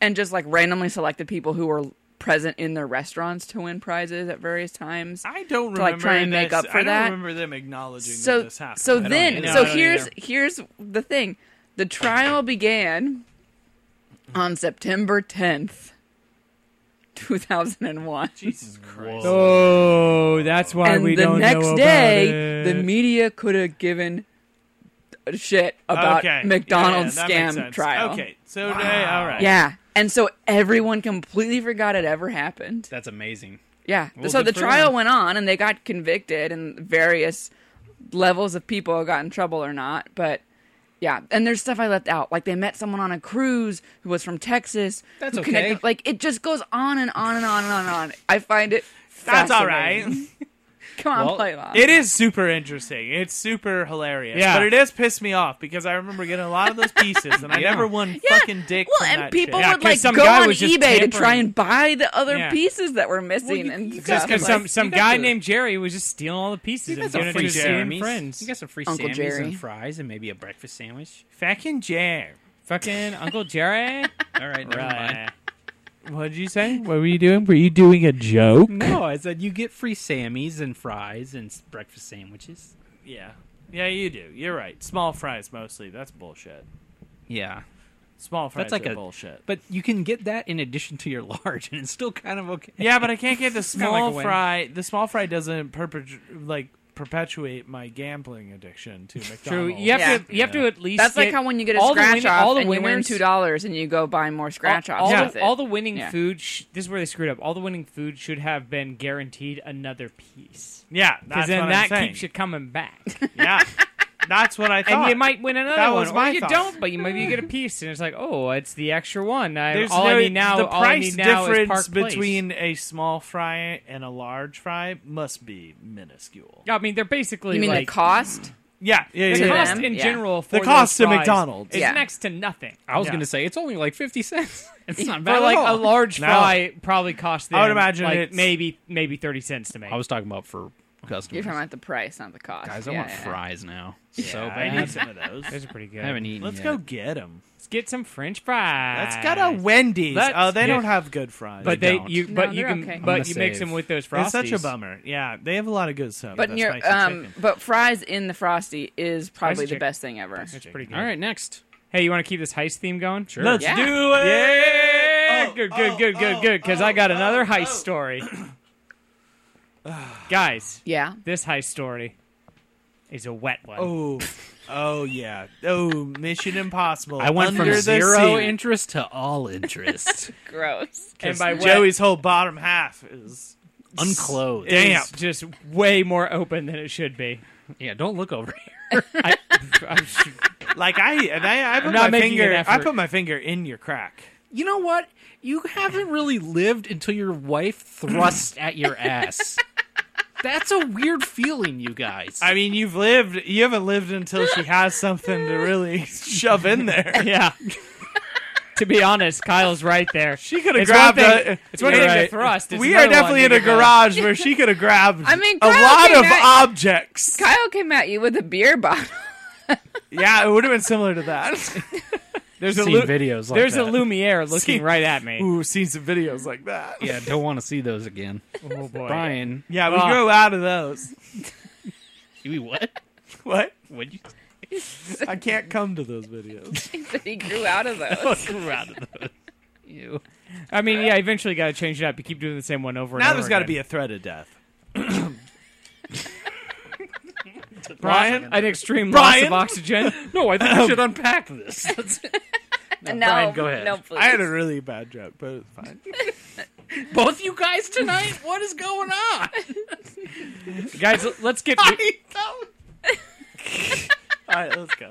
and just like randomly selected people who were present in their restaurants to win prizes at various times. I don't remember. To, like, try and make this. up for I don't that. remember them acknowledging So that this happened. so I don't then either. so No, I don't here's either. here's the thing, the trial began on September tenth, two thousand and one. Jesus Christ. oh, that's why and we the don't know next about day it. the media could have given shit about Okay. McDonald's Yeah, that makes scam sense. trial. Okay, so hey, all right. Yeah. And so everyone completely forgot it ever happened. That's amazing. Yeah. Well, so good the for trial them. went on and they got convicted and various levels of people got in trouble or not, but yeah, and there's stuff I left out. Like they met someone on a cruise who was from Texas. That's who okay. like it just goes on and on and on and on and on. I find it. That's all right. fascinating. Come on, Well, play along. It is super interesting. It's super hilarious. Yeah. But it has pissed me off because I remember getting a lot of those pieces and I Yeah. never won Yeah. fucking dick. Well, from and that people shit. Yeah, would 'cause like some go guy on was just eBay to try tampering. and buy the other Yeah. pieces that were missing you- and you guys stuff. Just because Like, some, some You guy guys are- named Jerry was just stealing all the pieces You and got some giving it free to his damn Sammys. friends. You got some free Uncle Sammys Jerry. and fries and maybe a breakfast sandwich. Fucking jam. Fucking Uncle Jerry. All right, never mind. right. What did you say? What were you doing? Were you doing a joke? No, I said you get free Sammys and fries and s- breakfast sandwiches. Yeah. Yeah, you do. You're right. Small fries mostly. That's bullshit. Yeah, Small fries like are a- bullshit. but you can get that in addition to your large, and it's still kind of okay. Yeah, but I can't get the kinda like a small win. fry. The small fry doesn't perpet- like perpetuate my gambling addiction to McDonald's. True. You have Yeah. to. You have to at least. That's like get how when you get a all the scratch winning- off all the and you win winners- two dollars and you go buy more scratch all, offs all with the, it. all the winning Yeah. food. Sh- this is where they screwed up. All the winning food should have been guaranteed another piece Yeah, because that's then what that I'm saying. keeps you coming back, Yeah, that's what I thought. and you might win another That one, was or my you thought. don't. But you maybe you get a piece, and it's like, oh, it's the extra one. I, There's all no, I need now. the all I price need now is difference Park Place. between a small fry and a large fry must be minuscule. I mean, they're basically you mean like the cost? Yeah, yeah, the yeah, yeah. cost them? in Yeah. general for The those cost to fries McDonald's. is Yeah. next to nothing. I was Yeah. gonna say it's only like fifty cents. It's not bad For at like a all. large No. fry, probably cost them. I would imagine like it's- maybe maybe thirty cents to make. I was talking about for You're customers. talking about the price, not the cost. Guys, I Yeah, want yeah. fries now. So I bad. need some of those. Those are pretty good. I haven't eaten. Let's yet. go get them. Let's get some French fries. Let's go to Wendy's. Let's oh, they get- don't have good fries. But They they, don't. you, No, but you they're can, okay. but gonna you make save. them with those frosties. it's such a bummer. Yeah, they have a lot of good stuff. But that's your spicy um, chicken. but fries in the frosty is probably the chicken. best thing ever. It's pretty good. All right, next. Hey, you want to keep this heist theme going? Sure. Let's Yeah. do it. Yeah. Oh, good, good, oh, good, good, oh, good. Because I got oh, another oh. heist story. Guys, Yeah, this heist story is a wet one. Oh, oh yeah. Oh, Mission Impossible. I went Under from the zero sea. interest to all interest. gross. and by wet, Joey's whole bottom half is Unclothed. it Damn. is just way more open than it should be. Yeah, don't look over here. I, I'm sh- like I and I, I put my not making an finger. I effort. put my finger in your crack. you know what? You haven't really lived until your wife thrusts at your ass. That's a weird feeling, you guys. I mean, you've lived. You haven't lived until she has something to really shove in there. yeah. to be honest, Kyle's right there. She could have It's one grabbed. thing, a, it's one You're thing to right. thrust. It's We are another one definitely in to a go. garage where she could have grabbed. I mean, a Kyle lot came of at- objects. Kyle came at you with a beer bottle. Yeah, it would have been similar to that. There's a seen lu- videos like there's that. a Lumiere looking right at me. Ooh, seen some videos like that. yeah, don't want to see those again. Oh boy. Brian, Yeah, we Ah. grow out of those. you what? What? What you I can't come to those videos. he grew out of those. grew out of those? You. I mean, yeah, eventually got to change it up. You keep doing the same one over and now over. there's got to be a threat of death. Brian, an extreme loss Brian? of oxygen. Oh, No, I think we should unpack this. That's- no, Brian, go ahead. no, please. I had a really bad joke, but it's fine. Both you guys tonight. What is going on? Guys, l- let's get. All right, let's go.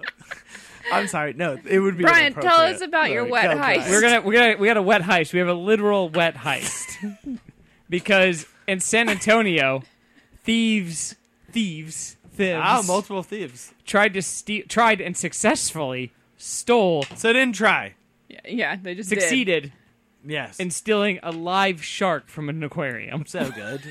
I'm sorry. No, it would be Brian, tell inappropriate. us about your Sorry, wet tell Brian. heist. We're gonna we're gonna we got a wet heist. We have a literal wet heist because in San Antonio, thieves thieves thieves Ah, multiple thieves. tried to steal tried and successfully stole So didn't try. Yeah, yeah, they just did. succeeded Yes. in stealing a live shark from an aquarium. so good.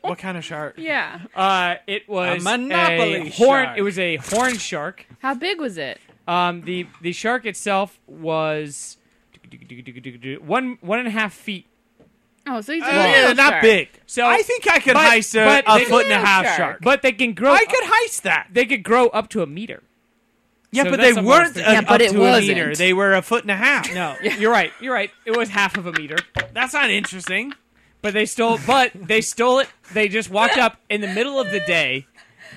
what kind of shark? Yeah. Uh, it was A Monopoly a horn. shark. It was a horn shark. How big was it? Um, the the shark itself was one one and a half feet. Oh, so he's a Uh, little yeah, not shark. big. So I think I could but- heist a, but a they- foot and a Little half shark. shark. uh, but they can grow. I could heist that. They could grow up to a meter. Yeah, So but that's they the weren't monster. a- Yeah, up but it to a meter. wasn't. They were a foot and a half. No, you're right. You're right. It was half of a meter. that's not interesting. But they stole. But they stole it. They just walked up in the middle of the day.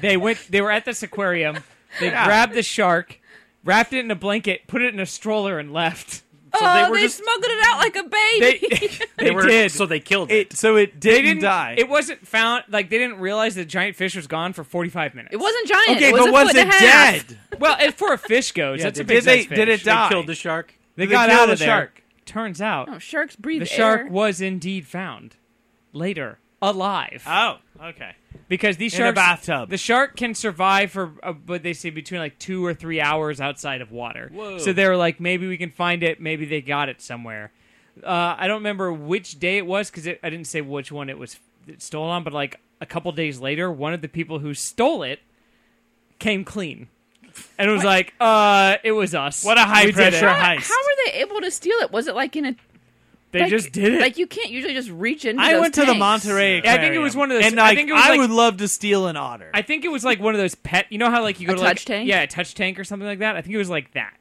They went. They were at this aquarium. They grabbed the shark, wrapped it in a blanket, put it in a stroller, and left. oh, were they, just- smuggled it out like a They baby. they, They were, did. so they killed it. It, so it they didn't, didn't die. It wasn't found. Like they didn't realize the giant fish was gone for 45 minutes. it wasn't giant. okay, it was but a was foot and it a half. dead? well, as for a fish goes, that's a did, big did they size fish. did it they die? killed the shark. They, got kill out the of there. shark. Turns out Oh, sharks breathe the air. shark was indeed found later alive Oh, okay. because these in a sharks bathtub. the shark can survive for uh, but they say between like 2 or 3 hours outside of water. Whoa. So they were like maybe we can find it, maybe they got it somewhere. Uh, I don't remember which day it was cuz I didn't say which one it was it stolen on, but like a couple days later one of the people who stole it came clean. And it was like, uh, it was us. What a high We did pressure it. heist. How were they able to steal it? Was it like in a? They like- just did it. Like you can't usually just reach into. I those went to the tanks. Monterey. Yeah, I Aquarium, think it was one of those- And I like, think it was like- would love to steal an otter. I think it was like one of those pet. You know how like you go A to like, touch tank? yeah, a touch tank or something like that. I think it was like that.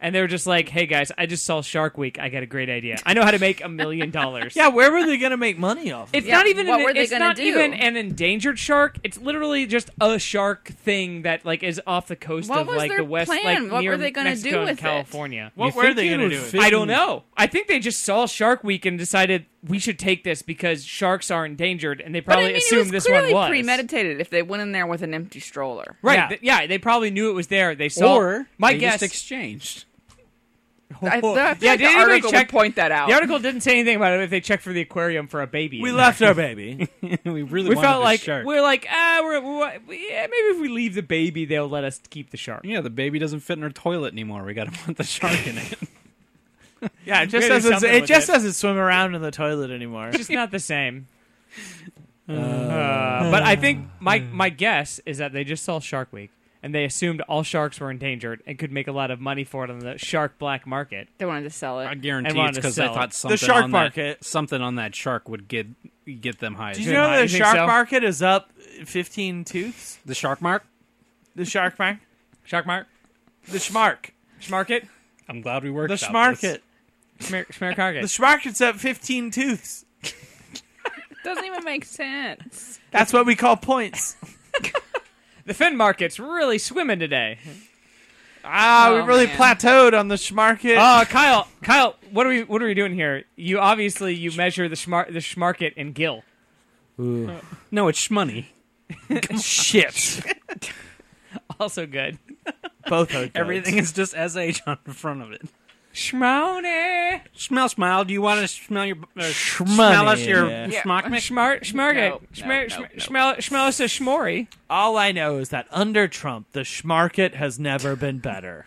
And they were just like, "Hey guys, I just saw Shark Week. I got a great idea. I know how to make a million dollars." yeah, where were they going to make money off? Of? It's Yeah, not even what an, were they it's gonna not do? even an endangered shark. It's literally just a shark thing that like is off the coast What of was like their the west, plan? like What near were they gonna do Mexico and with it? California. What were they think going it to do? was with fi- it? I don't know. I think they just saw Shark Week and decided we should take this because sharks are endangered, and they But I probably mean, assumed it was this clearly one was premeditated if they went in there with an empty stroller. Right? Yeah. Yeah. yeah, they probably knew it was there. They saw. or my they guess just exchanged. I, I feel like Yeah, the didn't anybody article check- would point that out. The article didn't say anything about it if they checked for the aquarium for a baby. We in left our baby. we really there. We wanted felt the like shark. we're like ah we're, we're- we- yeah, maybe if we leave the baby they'll let us keep the shark. Yeah, the baby doesn't fit in her toilet anymore. We got to put the shark in it. Yeah, it We're just gonna do doesn't. something It with just it. doesn't swim around in the toilet anymore. It's just not the same. Uh, but I think my my guess is that they just saw Shark Week and they assumed all sharks were endangered and could make a lot of money for it on the shark black market. they wanted to sell I it. guarantee wanted it's to because they sell it. thought something shark on market. That, something on that shark would get get them high. as Do you shit. high. know the You think shark so? market is up fifteen tooths? the shark mark? The shark market. Shark mark, The schmark. schmarket, I'm glad we worked The out this. schmarket. schmer, The schmerkarket. schmarket's up fifteen tooths. Doesn't even make sense. That's what we call points. The fin market's really swimming today. Ah, we Oh, really man. plateaued on the schmarket. Oh, Kyle, Kyle, what are we what are we doing here? You obviously you measure the schmar the schmarket in gill. No, it's shmoney. shit. Also good. Both are Everything is just sh on the front of it. Schmone. Smell, smile. Do you want to smell your uh, Schmoney, smell us your yeah. Yeah. schmock mix? Schmar No, schmarket. no, Schmer- no, schm- no. Schmel schmel us a schmory. All I know is that under Trump, the schmarket has never been better.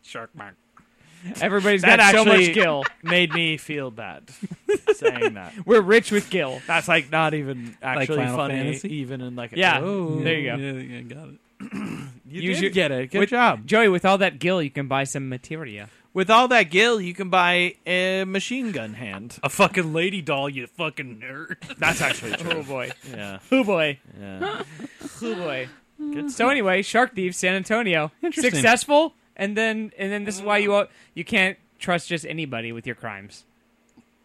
Shark mark. Everybody's That got so actually- much gill. Made me feel bad saying that. We're rich with gill. That's like not even actually Final funny, Fantasy? even in like a, Yeah. Oh, There you go. Yeah, yeah, got it. you Use did your- get it. Good with- job. Joey, with all that gill, you can buy some materia. With all that gill, you can buy a machine gun hand. A fucking lady doll, you fucking nerd. That's actually true. Oh boy. yeah, Oh boy. yeah. Oh boy. Good So anyway, Shark Thieves, San Antonio, Interesting. successful, and then and then this is why you all- you can't trust just anybody with your crimes,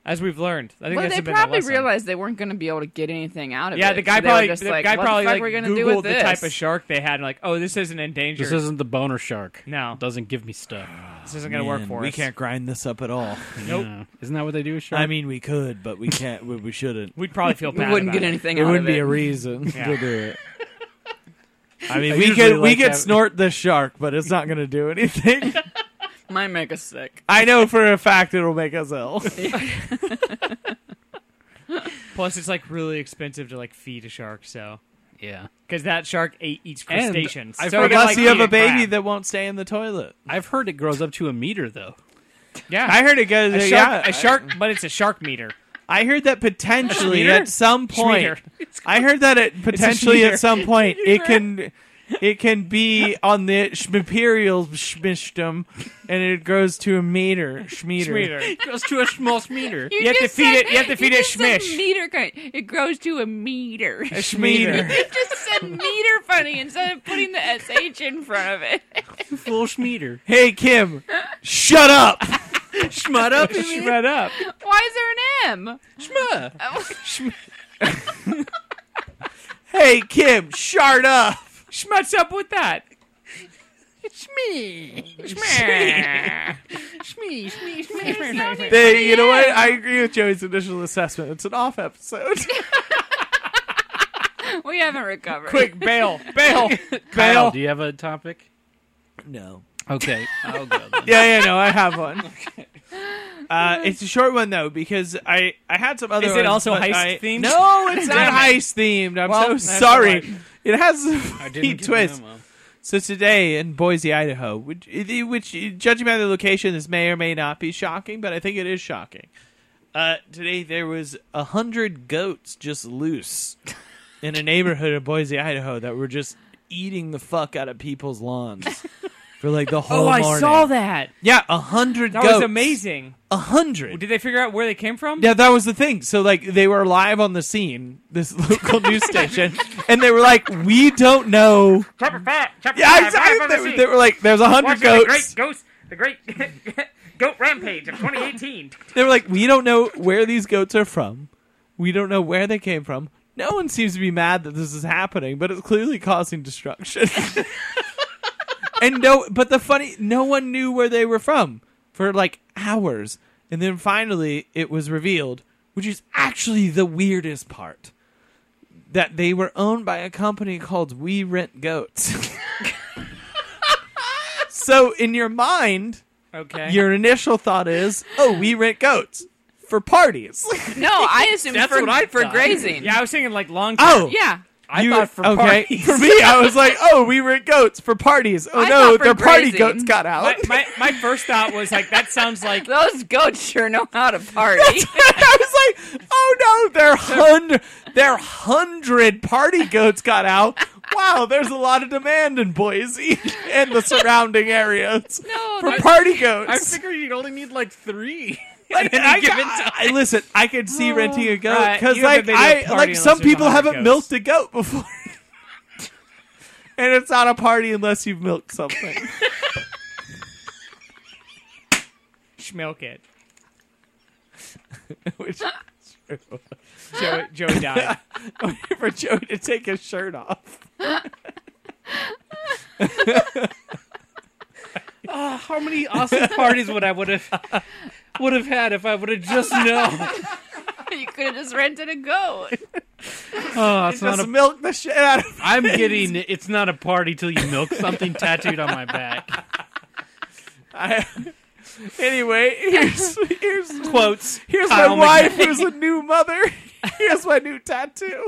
as we've learned. I think Well, that's they been probably the lesson. realized they weren't going to be able to get anything out of it. Yeah, the guy so they were probably just the like, guy what probably the fuck like we're gonna googled do with the this? type of shark they had, and like, oh, this isn't endangered. This isn't the boner shark. No. doesn't give me stuff. This isn't going to work Man, for we us. can't grind this up at all. Nope. Yeah. Isn't that what they do with sharks? I mean, we could, but we can't. We, we shouldn't. We'd probably feel We bad. wouldn't about get it. anything There out wouldn't of be it. a reason Yeah. to do it. I mean, I we usually could we like could having- snort the shark, but it's not going to do anything. Might make us sick. I know for a fact it'll make us ill. Plus, it's like really expensive to like feed a shark, so yeah. because that shark ate each And crustacean. I so forgot- gotta, Unless like, you have eat a baby crab. that won't stay in the toilet. I've heard it grows up to a meter though. yeah, I heard it goes. a shark, yeah, a shark, but it's a shark meter. I heard that potentially Schmeeder? at some point. Schmeeder. I heard that it potentially Schmeeder. at some point it can, it can be on the schmiperial schmistum, and it grows to a meter schmeter. Schmeeder. grows to a small meter. You have to just feed said- it- you have to feed it just said schmish. Meter, kind- it grows to a meter. A schmeter. You just said meter funny instead of putting the sh in front of it. Full schmeter. hey Kim, shut up. Schmut up. Shred up. Why is there an M? Schmut. Hey Kim, shut up. Schmutz up with that. It's me. Shmee, shmee, shmee, shmee. They, you know what? I agree with Joey's initial assessment. It's an off episode. We haven't recovered. Quick, bail, bail, Kyle, bail. do you have a topic? No. Okay, I'll go. Then. Yeah, yeah, no, I have one. Uh, it's a short one though because I I had some other. Is it ones, also but heist I- themed? No, it's not heist themed. I'm Well, so that's sorry. It has a I funny didn't get twist. the memo. So today in Boise, Idaho, which, which judging by the location, this may or may not be shocking, but I think it is shocking. Uh, today there was a hundred goats just loose in a neighborhood of Boise, Idaho, that were just eating the fuck out of people's lawns for like the whole. Oh, I morning. saw that. Yeah, a hundred. That goats. was amazing. A hundred. Did they figure out where they came from? Yeah, that was the thing. So like they were live on the scene, this local news station, and they were like, "We don't know." Chopper fat. Chopper Yeah, exactly. They, they were like, "There's a hundred goats." ghost. The great goat rampage of 2018. They were like, we don't know where these goats are from. We don't know where they came from. No one seems to be mad that this is happening, but it's clearly causing destruction. and no, but the funny, no one knew where they were from for like hours. And then finally it was revealed, which is actually the weirdest part that they were owned by a company called We Rent Goats. so in your mind, Okay. your initial thought is, oh, we rent goats for parties. No, I assumed That's for, what I for thought. grazing. yeah, I was thinking like long. Oh, Yeah. I you- thought for okay. parties. For me, I was like, oh, we rent goats for parties. Oh I no, thought for their party grazing. goats got out. my, my, my first thought was like that sounds like Those goats sure know how to party. I was like, oh no, their hundred, their hundred party goats got out. Wow, there's a lot of demand in Boise and the surrounding areas No, for Oh, that's- party goats. you'd only need like three. Like, I, I- I- listen, I could see renting a goat Right, because you like haven't been to a I party like unless some there's a people hundred haven't goats. milked a goat before, and it's not a party unless you've milked something. schmilk it. Which Joe, Joe died. for Joey to take his shirt off. How many awesome parties would I would have would have had if I would have just known? you could have just rented a goat. Oh, it's not Just a. milk the shit out of. I'm getting. It's not a party till you milk something tattooed on my back. I, anyway, here's here's Quotes. here's Kyle my wife McKnight. who's a new mother. Here's my new tattoo.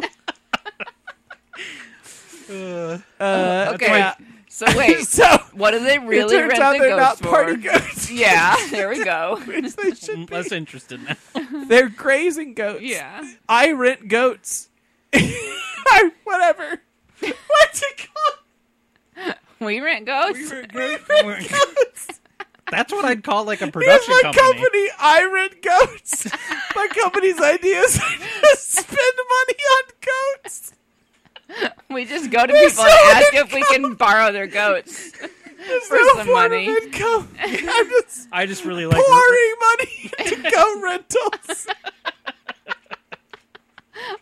Uh, Okay. So wait, so what do they it really turns rent out the they're goats not for? party goats. Yeah, there we go. Which they should be. Mm, Less interested now. They're grazing goats. Yeah. I rent goats. I, whatever. What's it called? We rent goats. That's what I'd call like a Here's production my company. company. I rent goats. my company's idea is I just spend money on goats. We just go to people and so ask if we can borrow their goats. There's For no some form money. of income. I'm just I just really like. pouring money to goat rentals.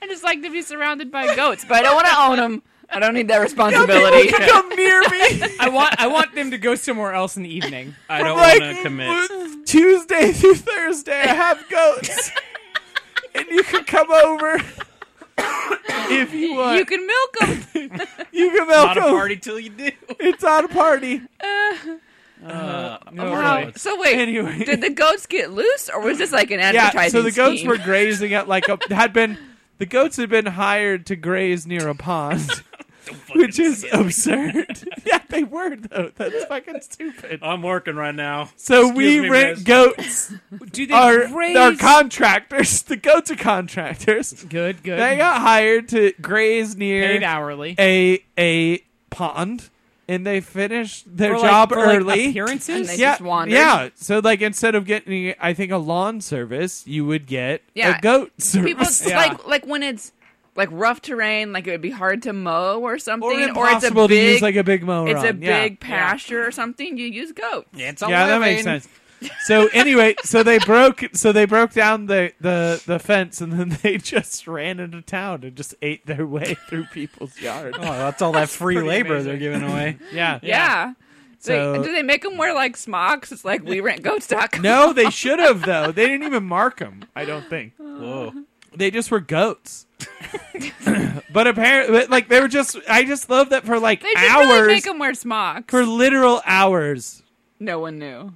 I just like to be surrounded by goats, but I don't want to own them. I don't need that People responsibility. can come near me. I want I want them to go somewhere else in the evening. I don't like, want to commit. w- Tuesday through Thursday, I have goats, and you can come over if you want. You can milk them. You can Not milk a them. party till you do. It's not a party. Uh, no, wow. Oh, really. So wait, Anyway. did the goats get loose, or was this like an advertising? Yeah. So the goats scheme? were grazing at like a had been the goats had been hired to graze near a pond. Which is absurd. yeah, they were though. That's fucking stupid. I'm working right now. So we Excuse me, rent miss. goats. Do they Our raise? our contractors. The goats are contractors. good, good. They got hired to graze near paid hourly. a a pond and they finished their For, like- job for, like, early. And appearances. they yeah, just wandered. yeah. So like instead of getting, I think a lawn service, you would get Yeah. a goat people service. Yeah. like like when it's like rough terrain, like it would be hard to mow or something, or or it's a impossible big, to use like a big mower. it's a on. Yeah. big pasture or something. You use goats. Yeah, it's Yeah, that makes sense. So anyway, so they broke so they broke down the, the, the fence and then they just ran into town and just ate their way through people's yards. Oh, that's all that free pretty labor they're amazing. giving away. Yeah. Yeah. So, So- do they make them wear like smocks? It's like we rent goats.com. No, they should have though. They didn't even mark them. I don't think Whoa. they just were goats. but apparently, like they were just. I just love that for like They should hours, really make them wear smocks. for literal hours. no one knew.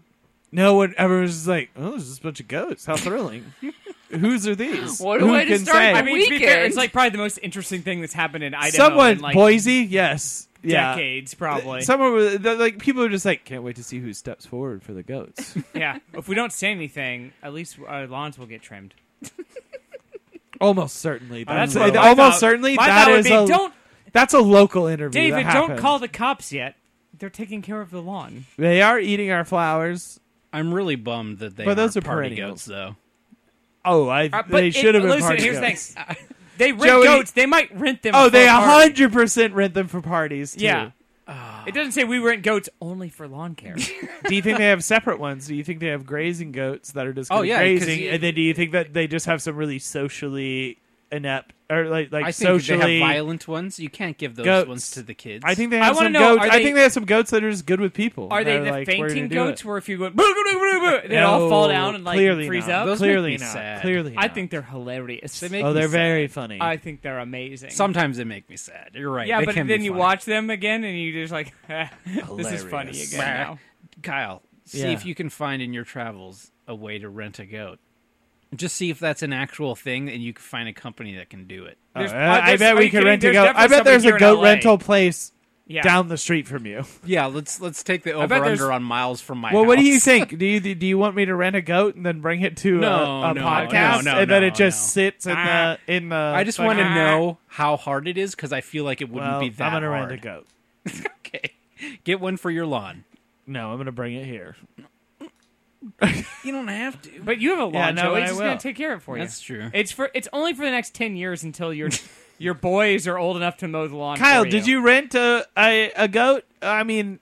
No one ever was just like, "Oh, there's just a bunch of goats. How thrilling! Whose are these? What a Who way to can start say?" my I mean, to be fair, Weekend. it's like probably the most interesting thing that's happened in Idaho Someone in like Boise, yes, yeah. decades, probably. Someone was they're like people are just like, can't wait to see who steps forward for the goats. yeah. If we don't say anything, at least our lawns will get trimmed. almost certainly, that's, what my almost thought- certainly My that thought would is be, a don't that's a local interview. that David, don't happened. call the cops yet. They're taking care of the lawn. They are eating our flowers. I'm really bummed that they But those are are party perennials. goats, though. Oh, I Uh, but they it- should have been listen, party here's the goats. thing. They rent Joey- goats. They might rent them. Oh, for they a party. hundred percent rent them for parties. Too. Yeah. It doesn't say we rent goats only for lawn care. do you think they have separate ones? Do you think they have grazing goats that are just Oh, yeah, 'cause grazing? you- and then do you think that they just have some really socially inept or like like I think socially? they have violent ones. You can't give those Goats. ones to the kids. I think they I have wanna some know, goats. are I they- think they have some goats that are just good with people. Are they They're the like, we're fainting gonna do goats it. where if you go boo, boo, boo, boo, boo, they all fall down and like clearly freeze not. up? Those Clearly make me not. sad. Clearly, I not. think they're hilarious. They make Oh, me they're sad. very funny. I think they're amazing. Sometimes they make me sad. You're right. yeah, They but can then be you funny. watch them again and you just like, "Eh, this is funny again now. Kyle, see Yeah. if you can find in your travels a way to rent a goat. Just see if that's an actual thing, and you can find a company that can do it. Oh, There's- I- uh, I there's- bet are we you could kidding? rent a There's goat. I definitely bet there's somebody here a in goat LA. rental place Yeah. down the street from you. Yeah, let's let's take the bet over there's- under on miles from my. Well, what do you house. think? Do you do you want me to rent a goat and then bring it to No, a, a no, podcast no, no, and then no, it just no. sits in Ah. the in the? I just want to know "Ah." how hard it is because I feel like it wouldn't Well, be that I'm gonna hard. rent a goat. Okay, get one for your lawn. No, I'm gonna bring it here. You don't have to. But you have a lawn, Yeah, no, Joey. I It's just gonna will. take care of it for That's you. true. It's for it's only for the next ten years until your your boys are old enough to mow the lawn. Kyle, for did you rent a a, a goat? I mean,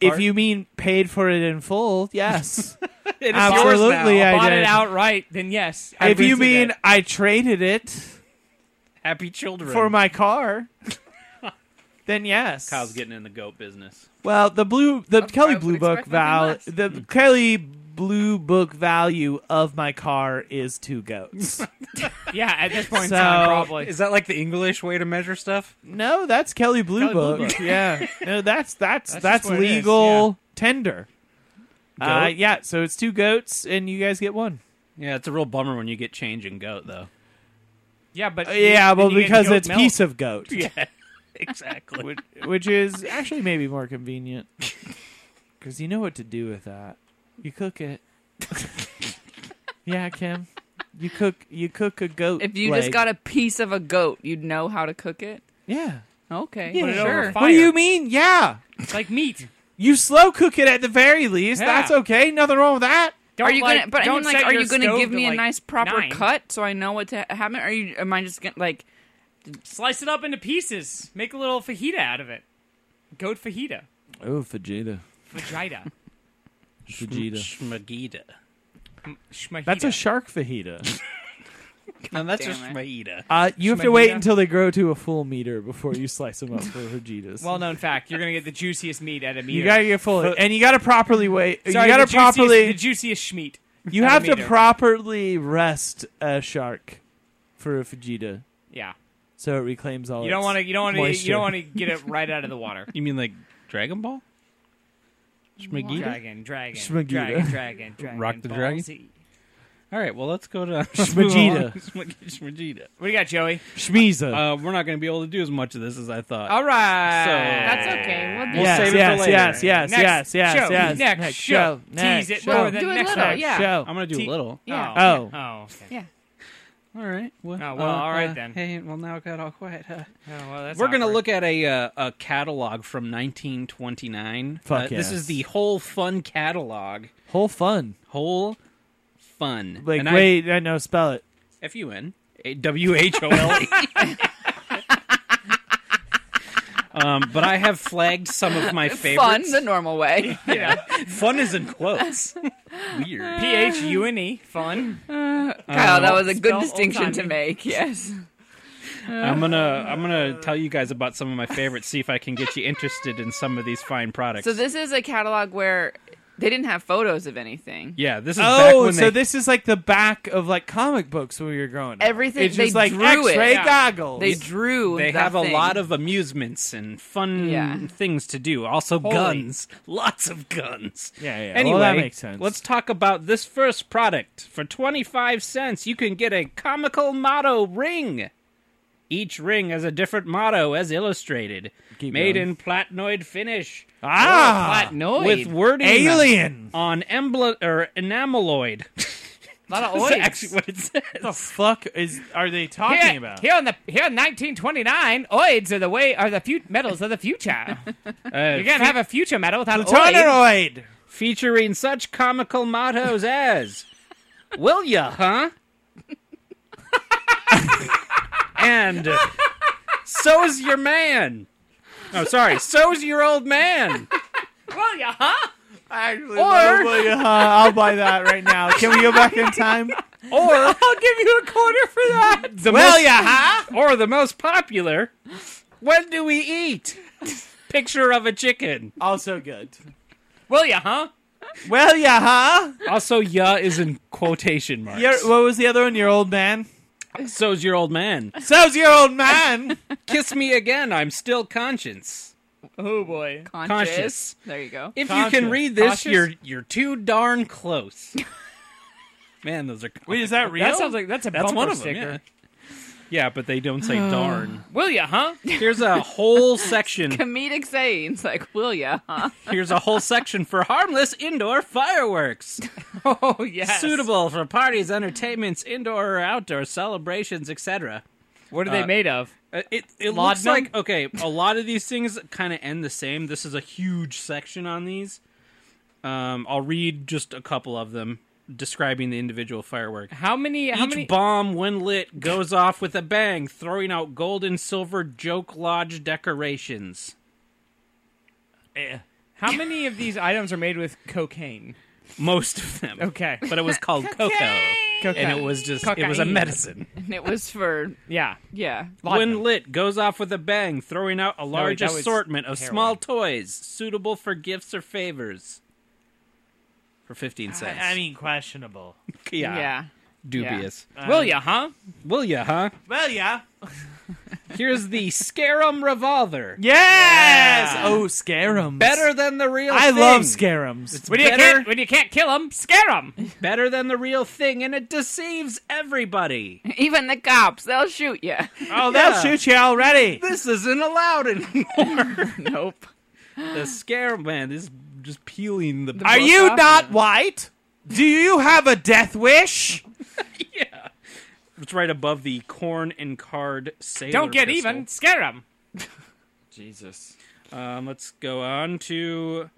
if Part- you mean paid for it in full, yes, It is yours absolutely. now. I bought did. it outright? Then yes. I if you rented mean it. I traded it Happy children. for my car, then yes. Kyle's getting in the goat business. Well, the blue, the Of Kelly course, Blue would Book expect nothing val, less. the Kelly Blue Book value of my car is two goats. yeah, at this point So- in time, probably. Is that like the English way to measure stuff? no, that's Kelly Blue Kelly Blue Book. yeah, no, that's that's That's just that's, what it is, legal tender. Uh, Goat? yeah, so it's two goats, and you guys get one. Yeah, it's a real bummer when you get change in goat though. yeah, but uh, yeah, then well, you get because goat it's milk. piece of goat, Yeah, exactly. which is actually maybe more convenient because you know what to do with that. You cook it. yeah, Kim, you cook you cook a goat. If you just leg. got a piece of a goat, you'd know how to cook it. yeah. Okay, Put it over sure. fire. What do you mean? Yeah. It's like meat. You slow cook it at the very least. Yeah. That's okay. Nothing wrong with that. Don't are you like, gonna? But I don't mean, like, set are your you gonna stove give to, me a like, nice proper nine. cut so I know what to happen? Are you? Am I just gonna like? Slice it up into pieces. Make a little fajita out of it. Goat fajita. Oh, Vegeta. Vagina. Vegeta. Schmagida. Shmahita. That's a shark fajita. And that's just Damn Schmagida. Uh, you have to wait Shmajita? until they grow to a full meter before you slice them up for fajitas. well known fact. You're gonna get the juiciest meat at a meat. you gotta get full, and you gotta properly wait. Sorry, you gotta the juiciest- properly. the juiciest schmeat. you at a have to meter. properly rest a shark for a fajita, Yeah. so it reclaims all. You don't want to. You don't want to. Oh, moisture. You don't want to get it right out of the water. You mean like Dragon Ball? Schmagida? Dragon, dragon, Shmagita. dragon, dragon, dragon. Rock the Ball dragon? Z. All right, well, let's go to Schmagida. Schmagida. What do you got, Joey? Schmiza. Uh, we're not going to be able to do as much of this as I thought. All right, Uh, So- That's okay. We'll do We'll yes, save it for yes, later. yes, yes, Next yes, yes, show, yes. next show. next Tease it show, more than Do it next little, time. yeah. show. I'm going to do Oh, T- a little. Yeah. Oh. oh, okay. Yeah. All right. Well, uh, Oh, well, all right then. Hey, well, now it got all quiet. Huh? Oh, well, that's We're going to awkward. look at a uh, a catalog from 1929. Fuck Uh, This yes. is the whole fun catalog. Whole fun. Whole fun. Like, and wait, I know, spell it. I, F U N. W H O L E. Um, but I have flagged some of my Fun favorites. the normal way. yeah. fun is in quotes. Weird. P H U N E. Fun. Kyle, that was a spell good old distinction to timey. make. Yes. I'm gonna I'm gonna tell you guys about some of my favorites. See if I can get you interested in some of these fine products. So this is a catalog where they didn't have photos of anything. yeah, this is back Oh, when so they this is like the back of like comic books when we were growing up. Everything- It's just they like drew it. X-ray Yeah. goggles. They drew. they the have a thing. lot of amusements and fun Yeah. things to do. Also, guns, lots of guns. Yeah, yeah. Anyway, Well, that makes sense. Let's talk about this first product. For twenty five cents, you can get a comical motto ring. Each ring has a different motto, as illustrated. Keep Made going. in platinoid finish ah, Platinoid. with wording alien. on emblem or enameloid. A lot of That's oids. actually what it says. What the fuck is are they talking Here, about? here in the here in 1929, oids are the way are the fu- metals of the future. Uh, You can't have a future metal without oids. Tonoroid. featuring such comical mottos as Will ya, huh? and So's your man. Oh, sorry. So's your old man. Well, yeah, huh? Actually, Or- well, yeah, I'll buy that right now. Can we go back in time? Or I'll give you a quarter for that. the Well, most, yeah, huh? or the most popular. When do we eat? Picture of a chicken. Also good. Well, yeah, huh? Well, yeah, huh? Also, ya is in quotation marks. Your, what was the other one? Your old man. So's your old man. So's your old man. Kiss me again. I'm still conscious. Oh boy. conscious. conscious. There you go. If you Conscious. can read this, Conscious? you're you're too darn close. Man, those are Wait, is that real? That sounds like that's a that's bumper one of them. sticker. Yeah. yeah, but they don't say darn. Will ya, huh? Here's a whole section. Comedic sayings like "Will ya?" Huh? Here's a whole section for harmless indoor fireworks, Oh yes. suitable for parties, entertainments, indoor or outdoor celebrations, etc. What are they Uh, made of? Uh, It it looks Laudanum? like okay. A lot of these things kind of end the same. This is a huge section on these. Um, I'll read just a couple of them describing the individual firework. How many? How Each many? bomb, when lit, goes off with a bang, throwing out gold and silver joke lodge decorations. how many of these items are made with cocaine? Most of them. Okay. But it was called cocoa, Cocaine. and it was just it was a Cocaine. medicine. And it was for Yeah. yeah. When lit, goes off with a bang, throwing out a large that was assortment of heroin. small toys suitable for gifts or favors. For fifteen cents. I mean, questionable. yeah, Yeah. dubious. Will ya, huh? Will ya, huh? Well, yeah. Here's the Scarum revolver. Yes. Oh, scarums. Better than the real. I thing. love scarums. It's When you better- can't when you can't kill them, scare them. better than the real thing, and it deceives everybody. Even the cops, they'll shoot you. oh, they'll yeah. shoot you already. This isn't allowed anymore. nope. the scare man is just peeling the. Well, Are you stop not white? Do you have a death wish? yeah. It's right above the corn and card sailor. Don't get pistol. even, scare them. Jesus. Um, let's go on to.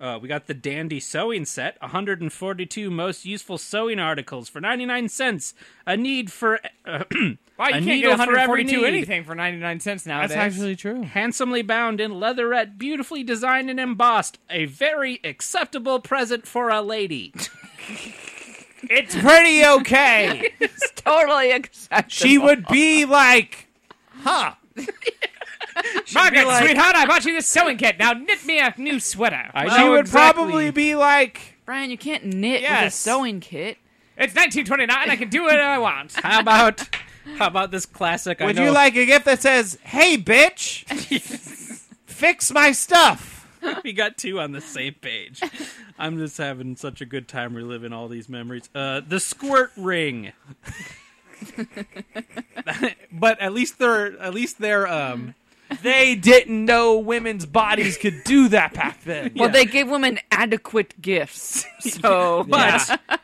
Uh, we got the dandy sewing set 142 most useful sewing articles for 99 cents a need for uh, Wow, you A can't needle get for every 142 need. anything for 99 cents nowadays. That's actually true. handsomely bound in leatherette beautifully designed and embossed a very acceptable present for a lady It's pretty okay. Totally acceptable. she would be like, huh. Margaret, like- sweetheart, I bought you this sewing kit. Now knit me a new sweater. I she know would exactly- probably be like, Brian, you can't knit with a Yes. sewing kit. It's 1929. I can do what I want. How about how about this classic? I would know you like a gift that says, hey, bitch, fix my stuff? we got two on the same page. I'm just having such a good time reliving all these memories. Uh, the squirt ring. but at least they're at least they're um They didn't know women's bodies could do that back then. Well, they gave women adequate gifts. So, but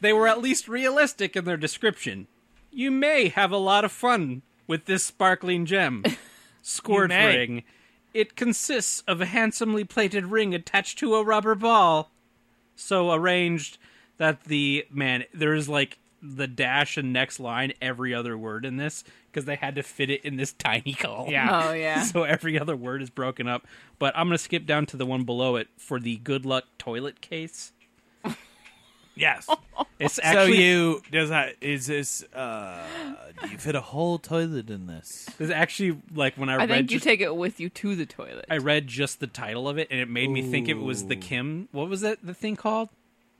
they were at least realistic in their description. You may have a lot of fun with this sparkling gem. Squirt You may. ring. It consists of a handsomely plated ring attached to a rubber ball, so arranged that the man there is like the dash and next line every other word in this because they had to fit it in this tiny column. Yeah. Oh yeah. So every other word is broken up. But I'm going to skip down to the one below it for the good luck toilet case. Yes. It's so actually you does that is this uh do you fit a whole toilet in this? it's actually like when I, I read think you just, take it with you to the toilet. I read just the title of it and it made me think it was the Ooh. Kim. What was that the thing called?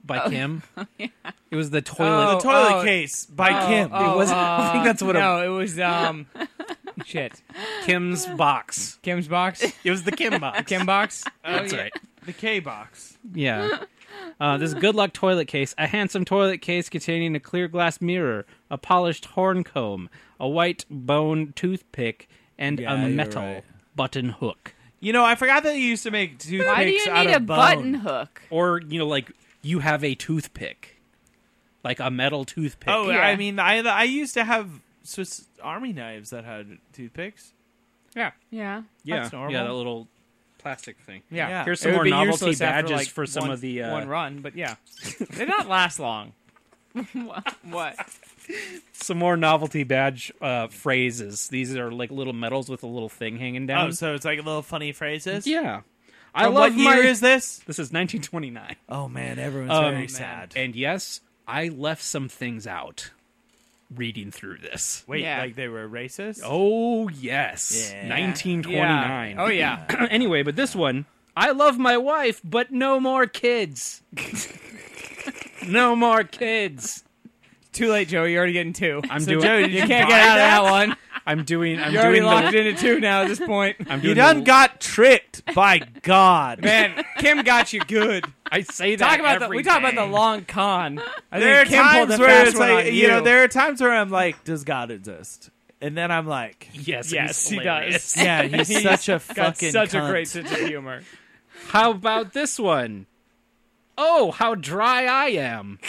By Kim. It was the toilet. the toilet oh. case by Kim. oh, it was. I think that's what no, it was. Um, shit, a, Kim's box. Kim's box, It was the Kim box. Kim box. That's right. The K box. Yeah. Uh, this good luck toilet case, a handsome toilet case containing a clear glass mirror, a polished horn comb, a white bone toothpick, and Yeah, a you're metal right. button hook. You know, I forgot that you used to make toothpicks Why do you out need of a bone. button hook? Or, you know, like you have a toothpick, like a metal toothpick. Oh, Yeah. I mean, I I used to have Swiss Army knives that had toothpicks. Yeah. yeah. that's normal. Yeah, that little plastic thing. Yeah. Yeah. Here's It some would more be novelty useless after, badges like, for some one- of the. Uh, one run, but yeah, they don't last long. What? some more novelty badge uh, phrases. These are like little medals with a little thing hanging down. Oh, so it's like little funny phrases. yeah. I From love what year my. is this? this is 1929. Oh man, everyone's Um, very man. sad. And yes, I left some things out reading through this. Wait, Yeah. like they were racist? Oh, yes. Yeah. 1929. Oh yeah. anyway, but this one I love my wife, but no more kids. no more kids. Too late, Joey. You're already getting two. I'm so doing Joey, you can't get out of that one. I'm doing I'm You're already doing locked the, into two now at this point. I'm doing You done the- got tricked by God. Man, Kim got you good. I say that Talk about the every we talk about the day. long con. I There are think Kim pulled times the where fast it's one like on you. you know, there are times where I'm like, does God exist? And then I'm like, Yes, and Yes, he's he hilarious. does. yeah, he's such a Got fucking such cunt. a great sense of humor. How about this one? Oh, how dry I am.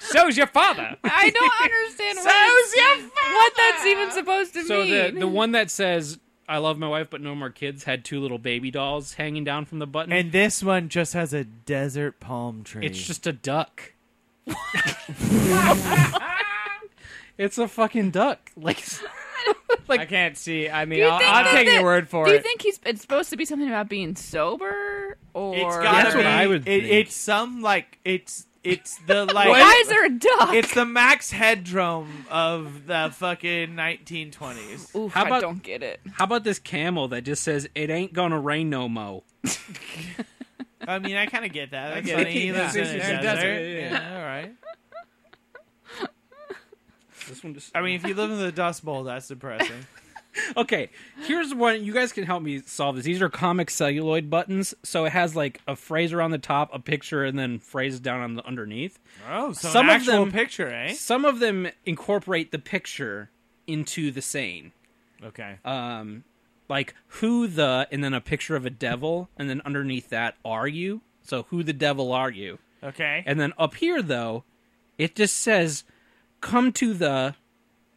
So's your father. I don't understand what, what that's even supposed to So the mean. the one that says "I love my wife but no more kids" had two little baby dolls hanging down from the button. And this one just has a desert palm tree. it's just a duck. it's a fucking duck. Like I can't see. I mean, Do you I'll, think I'll that take the- your word for Do you it. think he's it's supposed to be something about being sober or It's Yeah, gotta that's be. what I would it, think. it's some like it's it's the like why is there a duck? it's the Max Headroom of the fucking 1920s. Oof, How I about- don't get it. how about this camel that just says "It ain't gonna rain no mo." I mean, I kind of get that. That's get funny. it. He lives Yeah. in a Yeah, desert. desert, yeah, Yeah, all right. This one just I mean, if you live in the Dust Bowl, that's depressing. Okay, here's one. You guys can help me solve this. These are comic celluloid buttons, so it has like a phrase around the top, a picture, and then phrases down on the underneath. Oh, so Some some of an actual them- picture, eh? Some of them incorporate the picture into the saying. Okay. um, like who the and then a picture of a devil and then underneath that are you so who the devil are you Okay. and then up here though it just says come to the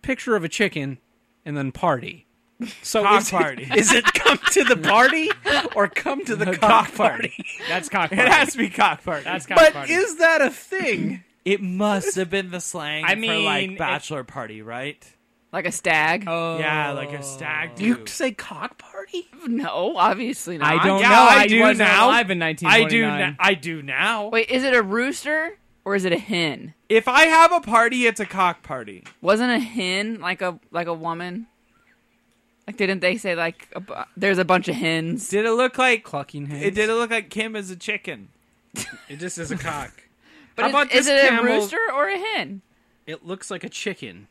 picture of a chicken and then party so Cock is, party. It, is it come to the party or come to the, cock, party, That's cock. It Party. has to be cock party. That's cock but party. is that a thing It must have been the slang I for mean, it- like bachelor party, right? Like a stag? oh. Yeah, like a stag do you do. say cock party no, obviously not. I don't Yeah, know. I I, do wasn't now. alive in I do. 1929. Na- I do now. Wait, is it a rooster or is it a hen? If I have a party, it's a cock party. Wasn't a hen like a like a woman? Like didn't they say like a, bu- there's a bunch of hens? Did it look like? clucking hens. It did it look like Kim is a chicken? it just is a cock But How is- about is, this it camel- a rooster or a hen? it looks like a chicken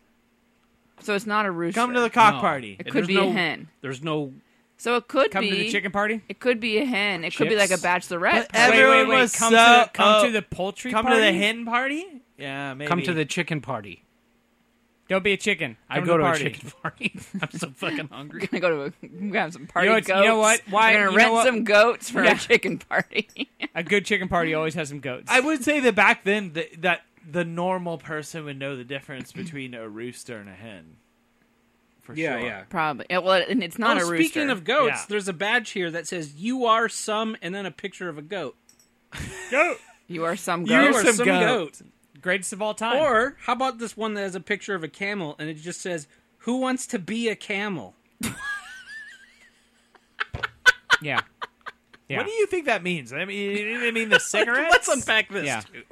So it's not a rooster. Come to the cock No. party. It And could there's be a no- hen. there's no So it could Come be to the chicken party. It could be a hen. It could be Chicks? like a bachelorette. But party. Wait, wait, Everyone wait. was Come, so- to, the, come oh. to the poultry Come party. to the hen party. Yeah, maybe. come to the chicken party Don't be a chicken. I Come go the to a party. chicken party. I'm so fucking hungry. gonna go to a, we're gonna have some party You know, it's- goats. you know what? We're Why- you gonna know rent what? some goats for Yeah. a chicken party. A good chicken party always has some goats. I would say that back then that, that the normal person would know the difference between a rooster and a hen. For sure. Probably. Yeah, well, and it's not Oh, a rooster. speaking of goats, Yeah. there's a badge here that says "You are some," and then a picture of a goat. goat. You are some You girl. are some, goat. Greatest of all time. Or how about this one that has a picture of a camel and it just says, "Who wants to be a camel?" yeah. Yeah. What do you think that means? I mean, I mean the cigarettes. Let's unpack this. Yeah. too.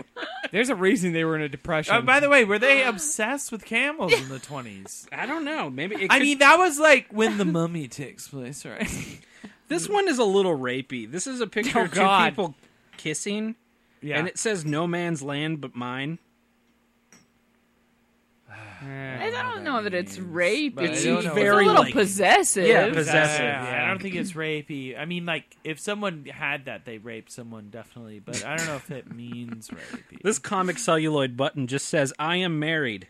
There's a reason they were in a depression. Uh, by the way, were they obsessed with camels in the twenties? I don't know. Maybe it I could- mean, that was like when the mummy takes place, right? this one is a little rapey. This is a picture Oh, of God. two people kissing, Yeah, and it says "No man's land but mine." I don't know that it's rape. But I It's, don't it's know. a Very little like- possessive. Yeah, Yeah, possessive. I don't think it's rapey. I mean, like if someone had that, they raped someone definitely. But I don't know if it means rapey. This comic celluloid button just says, "I am married."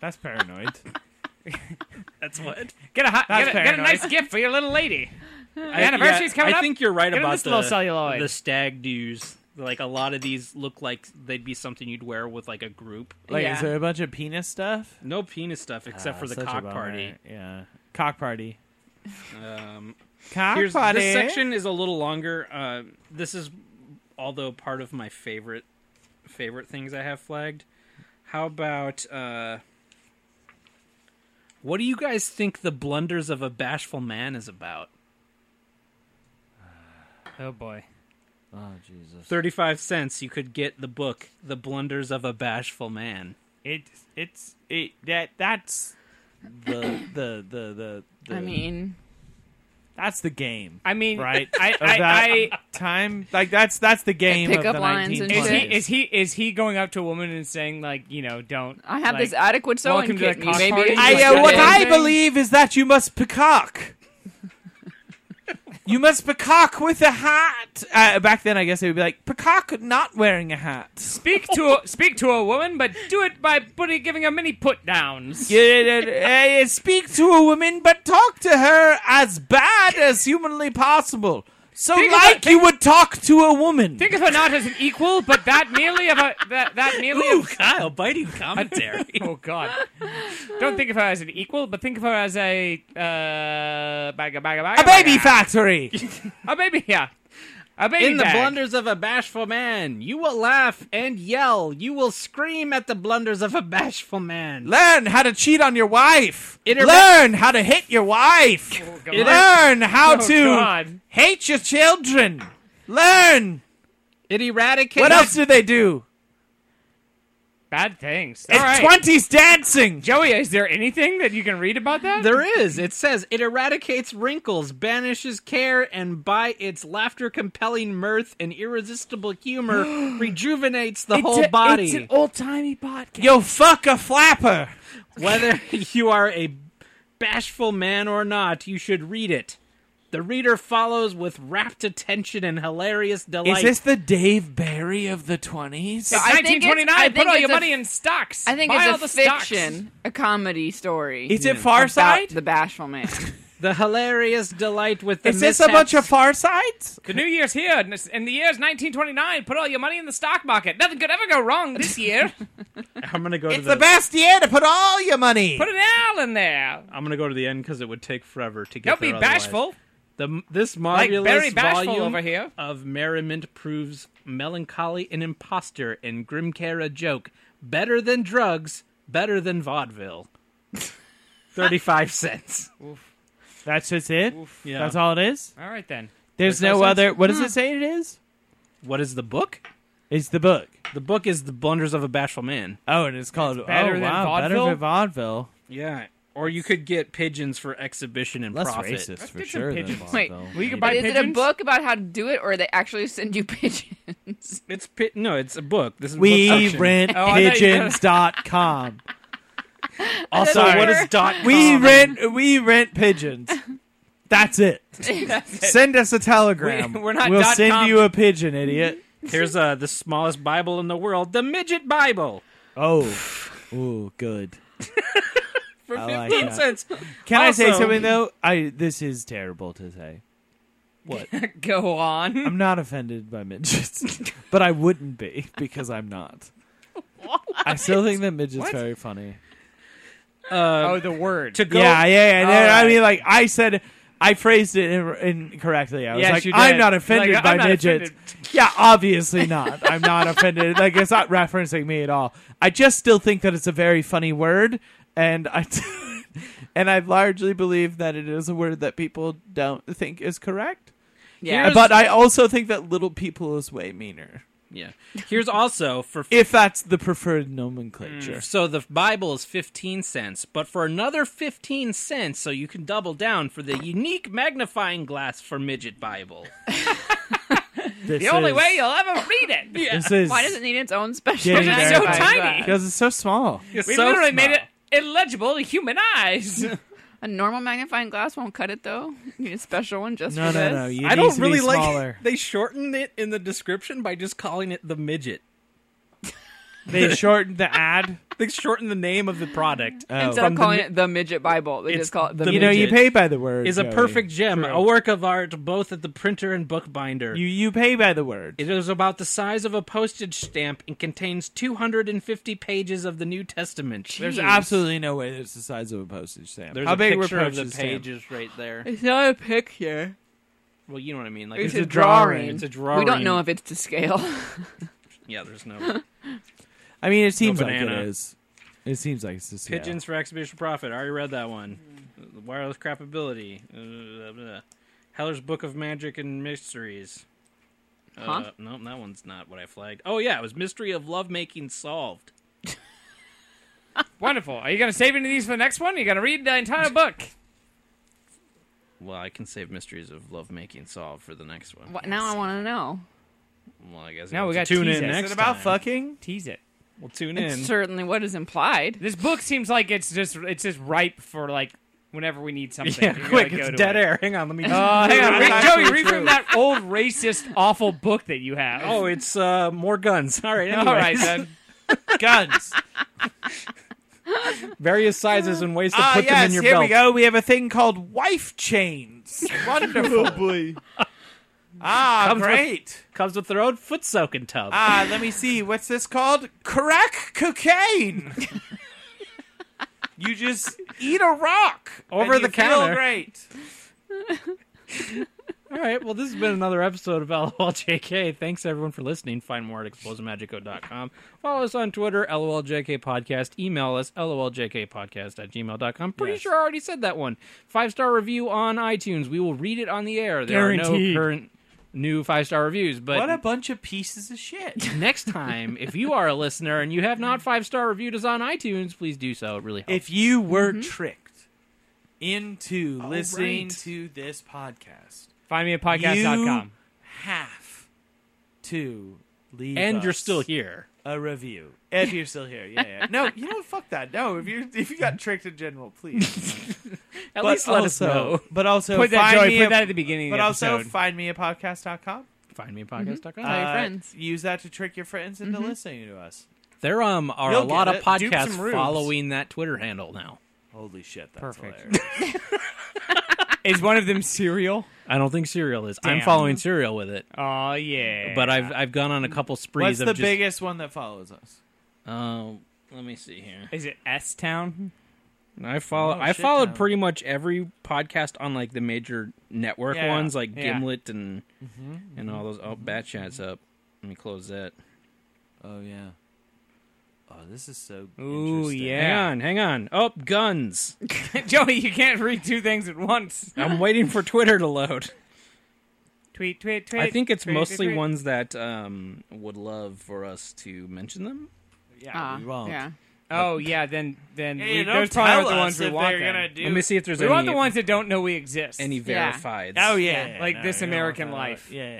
That's paranoid. That's what. get a hot, That's get a, get a paranoid. nice gift for your little lady. I, anniversary's coming I up. think you're right Get him about this little the celluloid. the stag do's. Like a lot of these look like they'd be something you'd wear with like a group. Like, Yeah. is there a bunch of penis stuff No penis stuff except Ah, for the such a cock bummer. party. Yeah, cock party. Um, Cock here's party. this section is a little longer. Uh, this is although part of my favorite favorite things I have flagged. How about uh, what do you guys think the blunders of a bashful man is about? Oh boy. Oh Jesus! Thirty five cents, you could get the book "The Blunders of a Bashful Man." It it's it that that's the the the the. the uh, I mean, that's the game. I mean, Right. I, Of I, that I, time, like that's that's the game pick of up the lines and shit. 1920s. is he is he is he going up to a woman and saying like you know don't I have like, this adequate sewing welcome to kit. the me, cock baby. party. It's I, like uh, that what damn I thing. is that you must peacock. you must peacock with a hat. Uh, back then, I guess it would be like peacock not wearing a hat. speak to a, speak to a woman but do it by putting giving her many put downs Yeah, yeah, yeah, uh, speak to a woman, but talk to her as bad as humanly possible. So, Think of like the- you would talk to a woman. think of her not as an equal but that merely of a that, that merely Ooh, of, Kyle, biting commentary. oh god don't think of her as an equal but think of her as a uh bagga, bagga, bagga, a baby bagga. factory. a baby yeah a baby In the bag. blunders of a bashful man, you will laugh and yell. You will scream at the blunders of a bashful man. Learn how to cheat on your wife. Interme- Learn how to hit your wife. Oh, God. Learn how Oh, to God. hate your children. Learn. It eradicates. What else do they do? bad things all It's right twenties dancing. Joey is there anything that you can read about that There is. It says it eradicates wrinkles, banishes care, and by its laughter, compelling mirth, and irresistible humor, rejuvenates the whole body. old timey podcast. Yo, fuck a flapper. Whether you are a bashful man or not, you should read it. The reader follows with rapt attention and hilarious delight. Is this the Dave Barry of the twenties? I think it's- 1929. I Put think all it's your a- money in stocks. I think Buy all it's the a stocks. fiction, a comedy story. Is it Yeah. Far about Side? the bashful man. the hilarious delight with the Is this a bunch of mishaps- Far Sides? The new year's here, and it's- and the year's 1929. Put all your money in the stock market. Nothing could ever go wrong this year. I'm gonna go to It's the. the best year to put all your money. Put an L in there. I'm gonna go to the end because it would take forever to get. Don't be there otherwise. bashful, The this like marvelous Barry Bashful volume over here. of merriment proves melancholy an impostor and grim care a joke. Better than drugs, better than vaudeville. Thirty-five cents. That's just it. Yeah. That's all it is. All right then. There's no no sense. other. What does it say? It is. What is the book? It's the book. The book is the blunders of a bashful man. Oh, and it's called better oh, than wow, vaudeville? Better than vaudeville. Yeah. Or you could get pigeons for exhibition and Less profit. racist for get some sure. than pigeons. Wait, vaudeville. we could But buy is it a pigeons? book about how to do it, or they actually send you pigeons? It's pi- no, it's a book. This is book We section. rent Oh, I thought you were- pigeons.com. Also, Sorry. what is dot? We com? rent we rent pigeons. That's it. Send us a telegram. We- we're not will dot send com. you a pigeon, idiot. Here's uh, the smallest Bible in the world, the Midget Bible, Oh. Ooh, good. for I like fifteen that. cents. Can I say Also- something though? I this is terrible to say. Go on. I'm not offended by midgets, but I wouldn't be because I'm not. I still think that midgets What? very funny. Uh, Oh, the word. to go, Yeah, yeah, yeah. All I right. mean, like I said, I phrased it in- incorrectly. I was Yes, like, you did. I'm not You're offended like, by "I'm not midgets. Yeah, obviously not. I'm not offended. Like, it's not referencing me at all. I just still think that it's a very funny word, and I. And I largely believe that it is a word that people don't think is correct. Yeah. But I also think that little people is way meaner. Yeah. Here's also for If that's the preferred nomenclature. So the Bible is 15 cents, but for another 15 cents, so you can double down for the unique magnifying glass for Midget Bible. This The only is- way uh, you'll ever read it. This is Why does it need its own special? Getting It's so Terrifying. tiny. because it's so small. We literally made it illegible to human eyes. A normal magnifying glass won't cut it though. You need a special one just No, for no, this. no. You I don't to really be like. smaller. They shortened it in the description by just calling it the Midget. They shortened the ad. They shortened the name of the product. Uh, Instead From of the calling mi- it the midget Bible, they It's just call it the, the Oh. you midget. know, you midget pay by the word. Is a Joey. perfect gem, a work of art, both at the printer and bookbinder. You you pay by the word. It is about the size of a postage stamp and contains 250 pages of the New Testament. There's absolutely no way it's the size of a postage stamp. There's How a big were picture of the postage stamps? pages right there. It's not a picture. Well, you know what I mean. Like It's, it's, a, a, drawing. it's a drawing. We don't know if it's to scale. yeah. There's no I mean, it seems like it banana. is. It seems like it's the scale. pigeons for exhibition profit. I already read that one. The Wireless crap ability. Uh, blah, blah. Heller's Book of Magic and Mysteries. Huh? Uh, no, that one's not what I flagged. Oh yeah, it was Mystery of Lovemaking Solved. Wonderful. Are you going to save any of these for the next one? Are you going to read the entire book? Well, I can save Mysteries of Lovemaking Solved for the next one. What, now I want to know. Well, I guess Now we'll we have to got tune teasers. in Is it next. Is it about time. fucking? Tease it. We'll tune in. It's certainly what is implied. This book seems like it's just it's just ripe for like whenever we need something. yeah, you gotta quick. go It's to dead it. air. Oh, Hang on, let me. Uh, hang on, That's read, actually Joey, read true. from that old racist, awful book that you have. oh, it's uh, more guns. All right. all right anyways. then. Guns. Various sizes and ways to Ah, put them yes. in your Here belt. we go. We have a thing called wife chains. Wonderful. boy. Ah, Comes with- great. Comes with their own foot soaking tub. Ah, let me see. What's this called? Crack cocaine. you just eat a rock Over and the you feel counter. Great. All right. Well, this has been another episode of LOLJK. Thanks, everyone, for listening. Find more at explosivemagico.com. Follow us on Twitter, LOLJK Podcast. Email us, LOLJKPodcast at gmail.com. Pretty Yes. sure I already said that one. Five star review on iTunes. We will read it on the air. There are no Guaranteed. current new five star reviews, but. What a bunch of pieces of shit. Next time, if you are a listener and you have not five star reviewed us on iTunes, please do so. It really helps. if you were Mm-hmm. tricked into All listening right. to this podcast, Find me at podcast.com. have to leave and you're us still here. a review. If you're still here, yeah, yeah. No, you know, fuck that. No, if you if you got tricked in general, please. but At least let also, us know. But also, Put that, find Joey, me put a- that at the beginning But of the also, episode. find me at podcast.com. Find me at Mm-hmm. podcast.com. Tell your friends. Uh, Use that to trick your friends into listening to us. There um are You'll a lot get of it. Dupes podcasts and rubes. following that Twitter handle now. Holy shit, that's Perfect. hilarious. Is one of them serial? I don't think Serial is. I'm Damn. following Serial with it, Oh yeah. but I've I've gone on a couple What's sprees the of just. biggest one that follows us? um, let me see here. is it S Town? I follow. Oh, I shit, followed Tom. pretty much every podcast on like the major network Yeah, Mm-hmm, ones, like yeah. Gimlet and and all those. Oh, Bat Chat's up. Let me close that. Oh yeah. Oh, this is so Ooh, interesting. yeah. Hang on, hang on. Oh, guns. Joey, you can't read two things at once. I'm waiting for Twitter to load. Tweet, tweet, tweet. I think it's tweet, mostly tweet, tweet. ones that um would love for us to mention them. Yeah, Ah, we won't. yeah. Oh yeah, then then Hey, we, don't those probably tell aren't the us ones we if want. they're then. gonna do. Let me see if there's we any want the ones that don't know we exist. any Yeah. verifieds. Oh yeah, like This you don't American want that. Life. Yeah,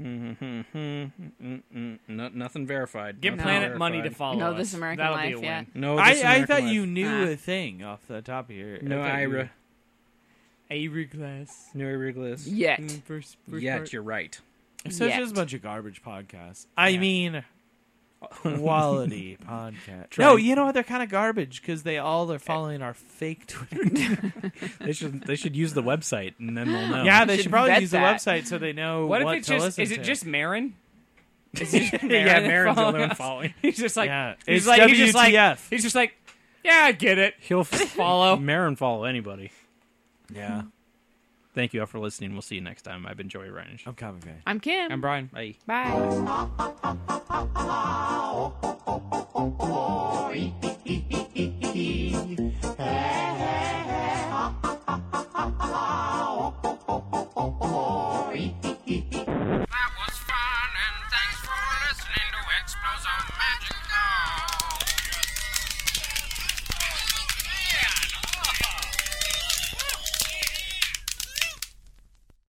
yeah. Mm-mm, Mm-hmm. no, nothing verified. Get Nothing Planet verified. Money to follow No, us. This American That'll Life be a win. yet. No, Oh, this I, I American thought Life. you knew Ah. a thing off the top of your. No, I thought you- Ira. Avery Glass. No, Ira Glass. Yet. Mm, Mm. First, first Yet part. you're right. So it's Yet. just a bunch of garbage podcasts. I Yeah. mean, quality podcast. Try- No, you know what? They're kind of garbage because they all are following our fake Twitter. They should they should use the website and then we'll know. yeah, they should should, probably vet use that. the website so they know What what, if it's to just? listen Is it to. just Marin? Is it just Marin yeah. Maron's the only following one us? following. He's just like, Yeah, he's it's like, he's just like, WTF. he's just like, yeah, I get it. He'll Follow. Marin follow anybody. Yeah. Thank you all for listening. We'll see you next time. I've been Joey Reinish. I'm coming, man. I'm Kim. I'm Brian. Bye. Bye. Bye.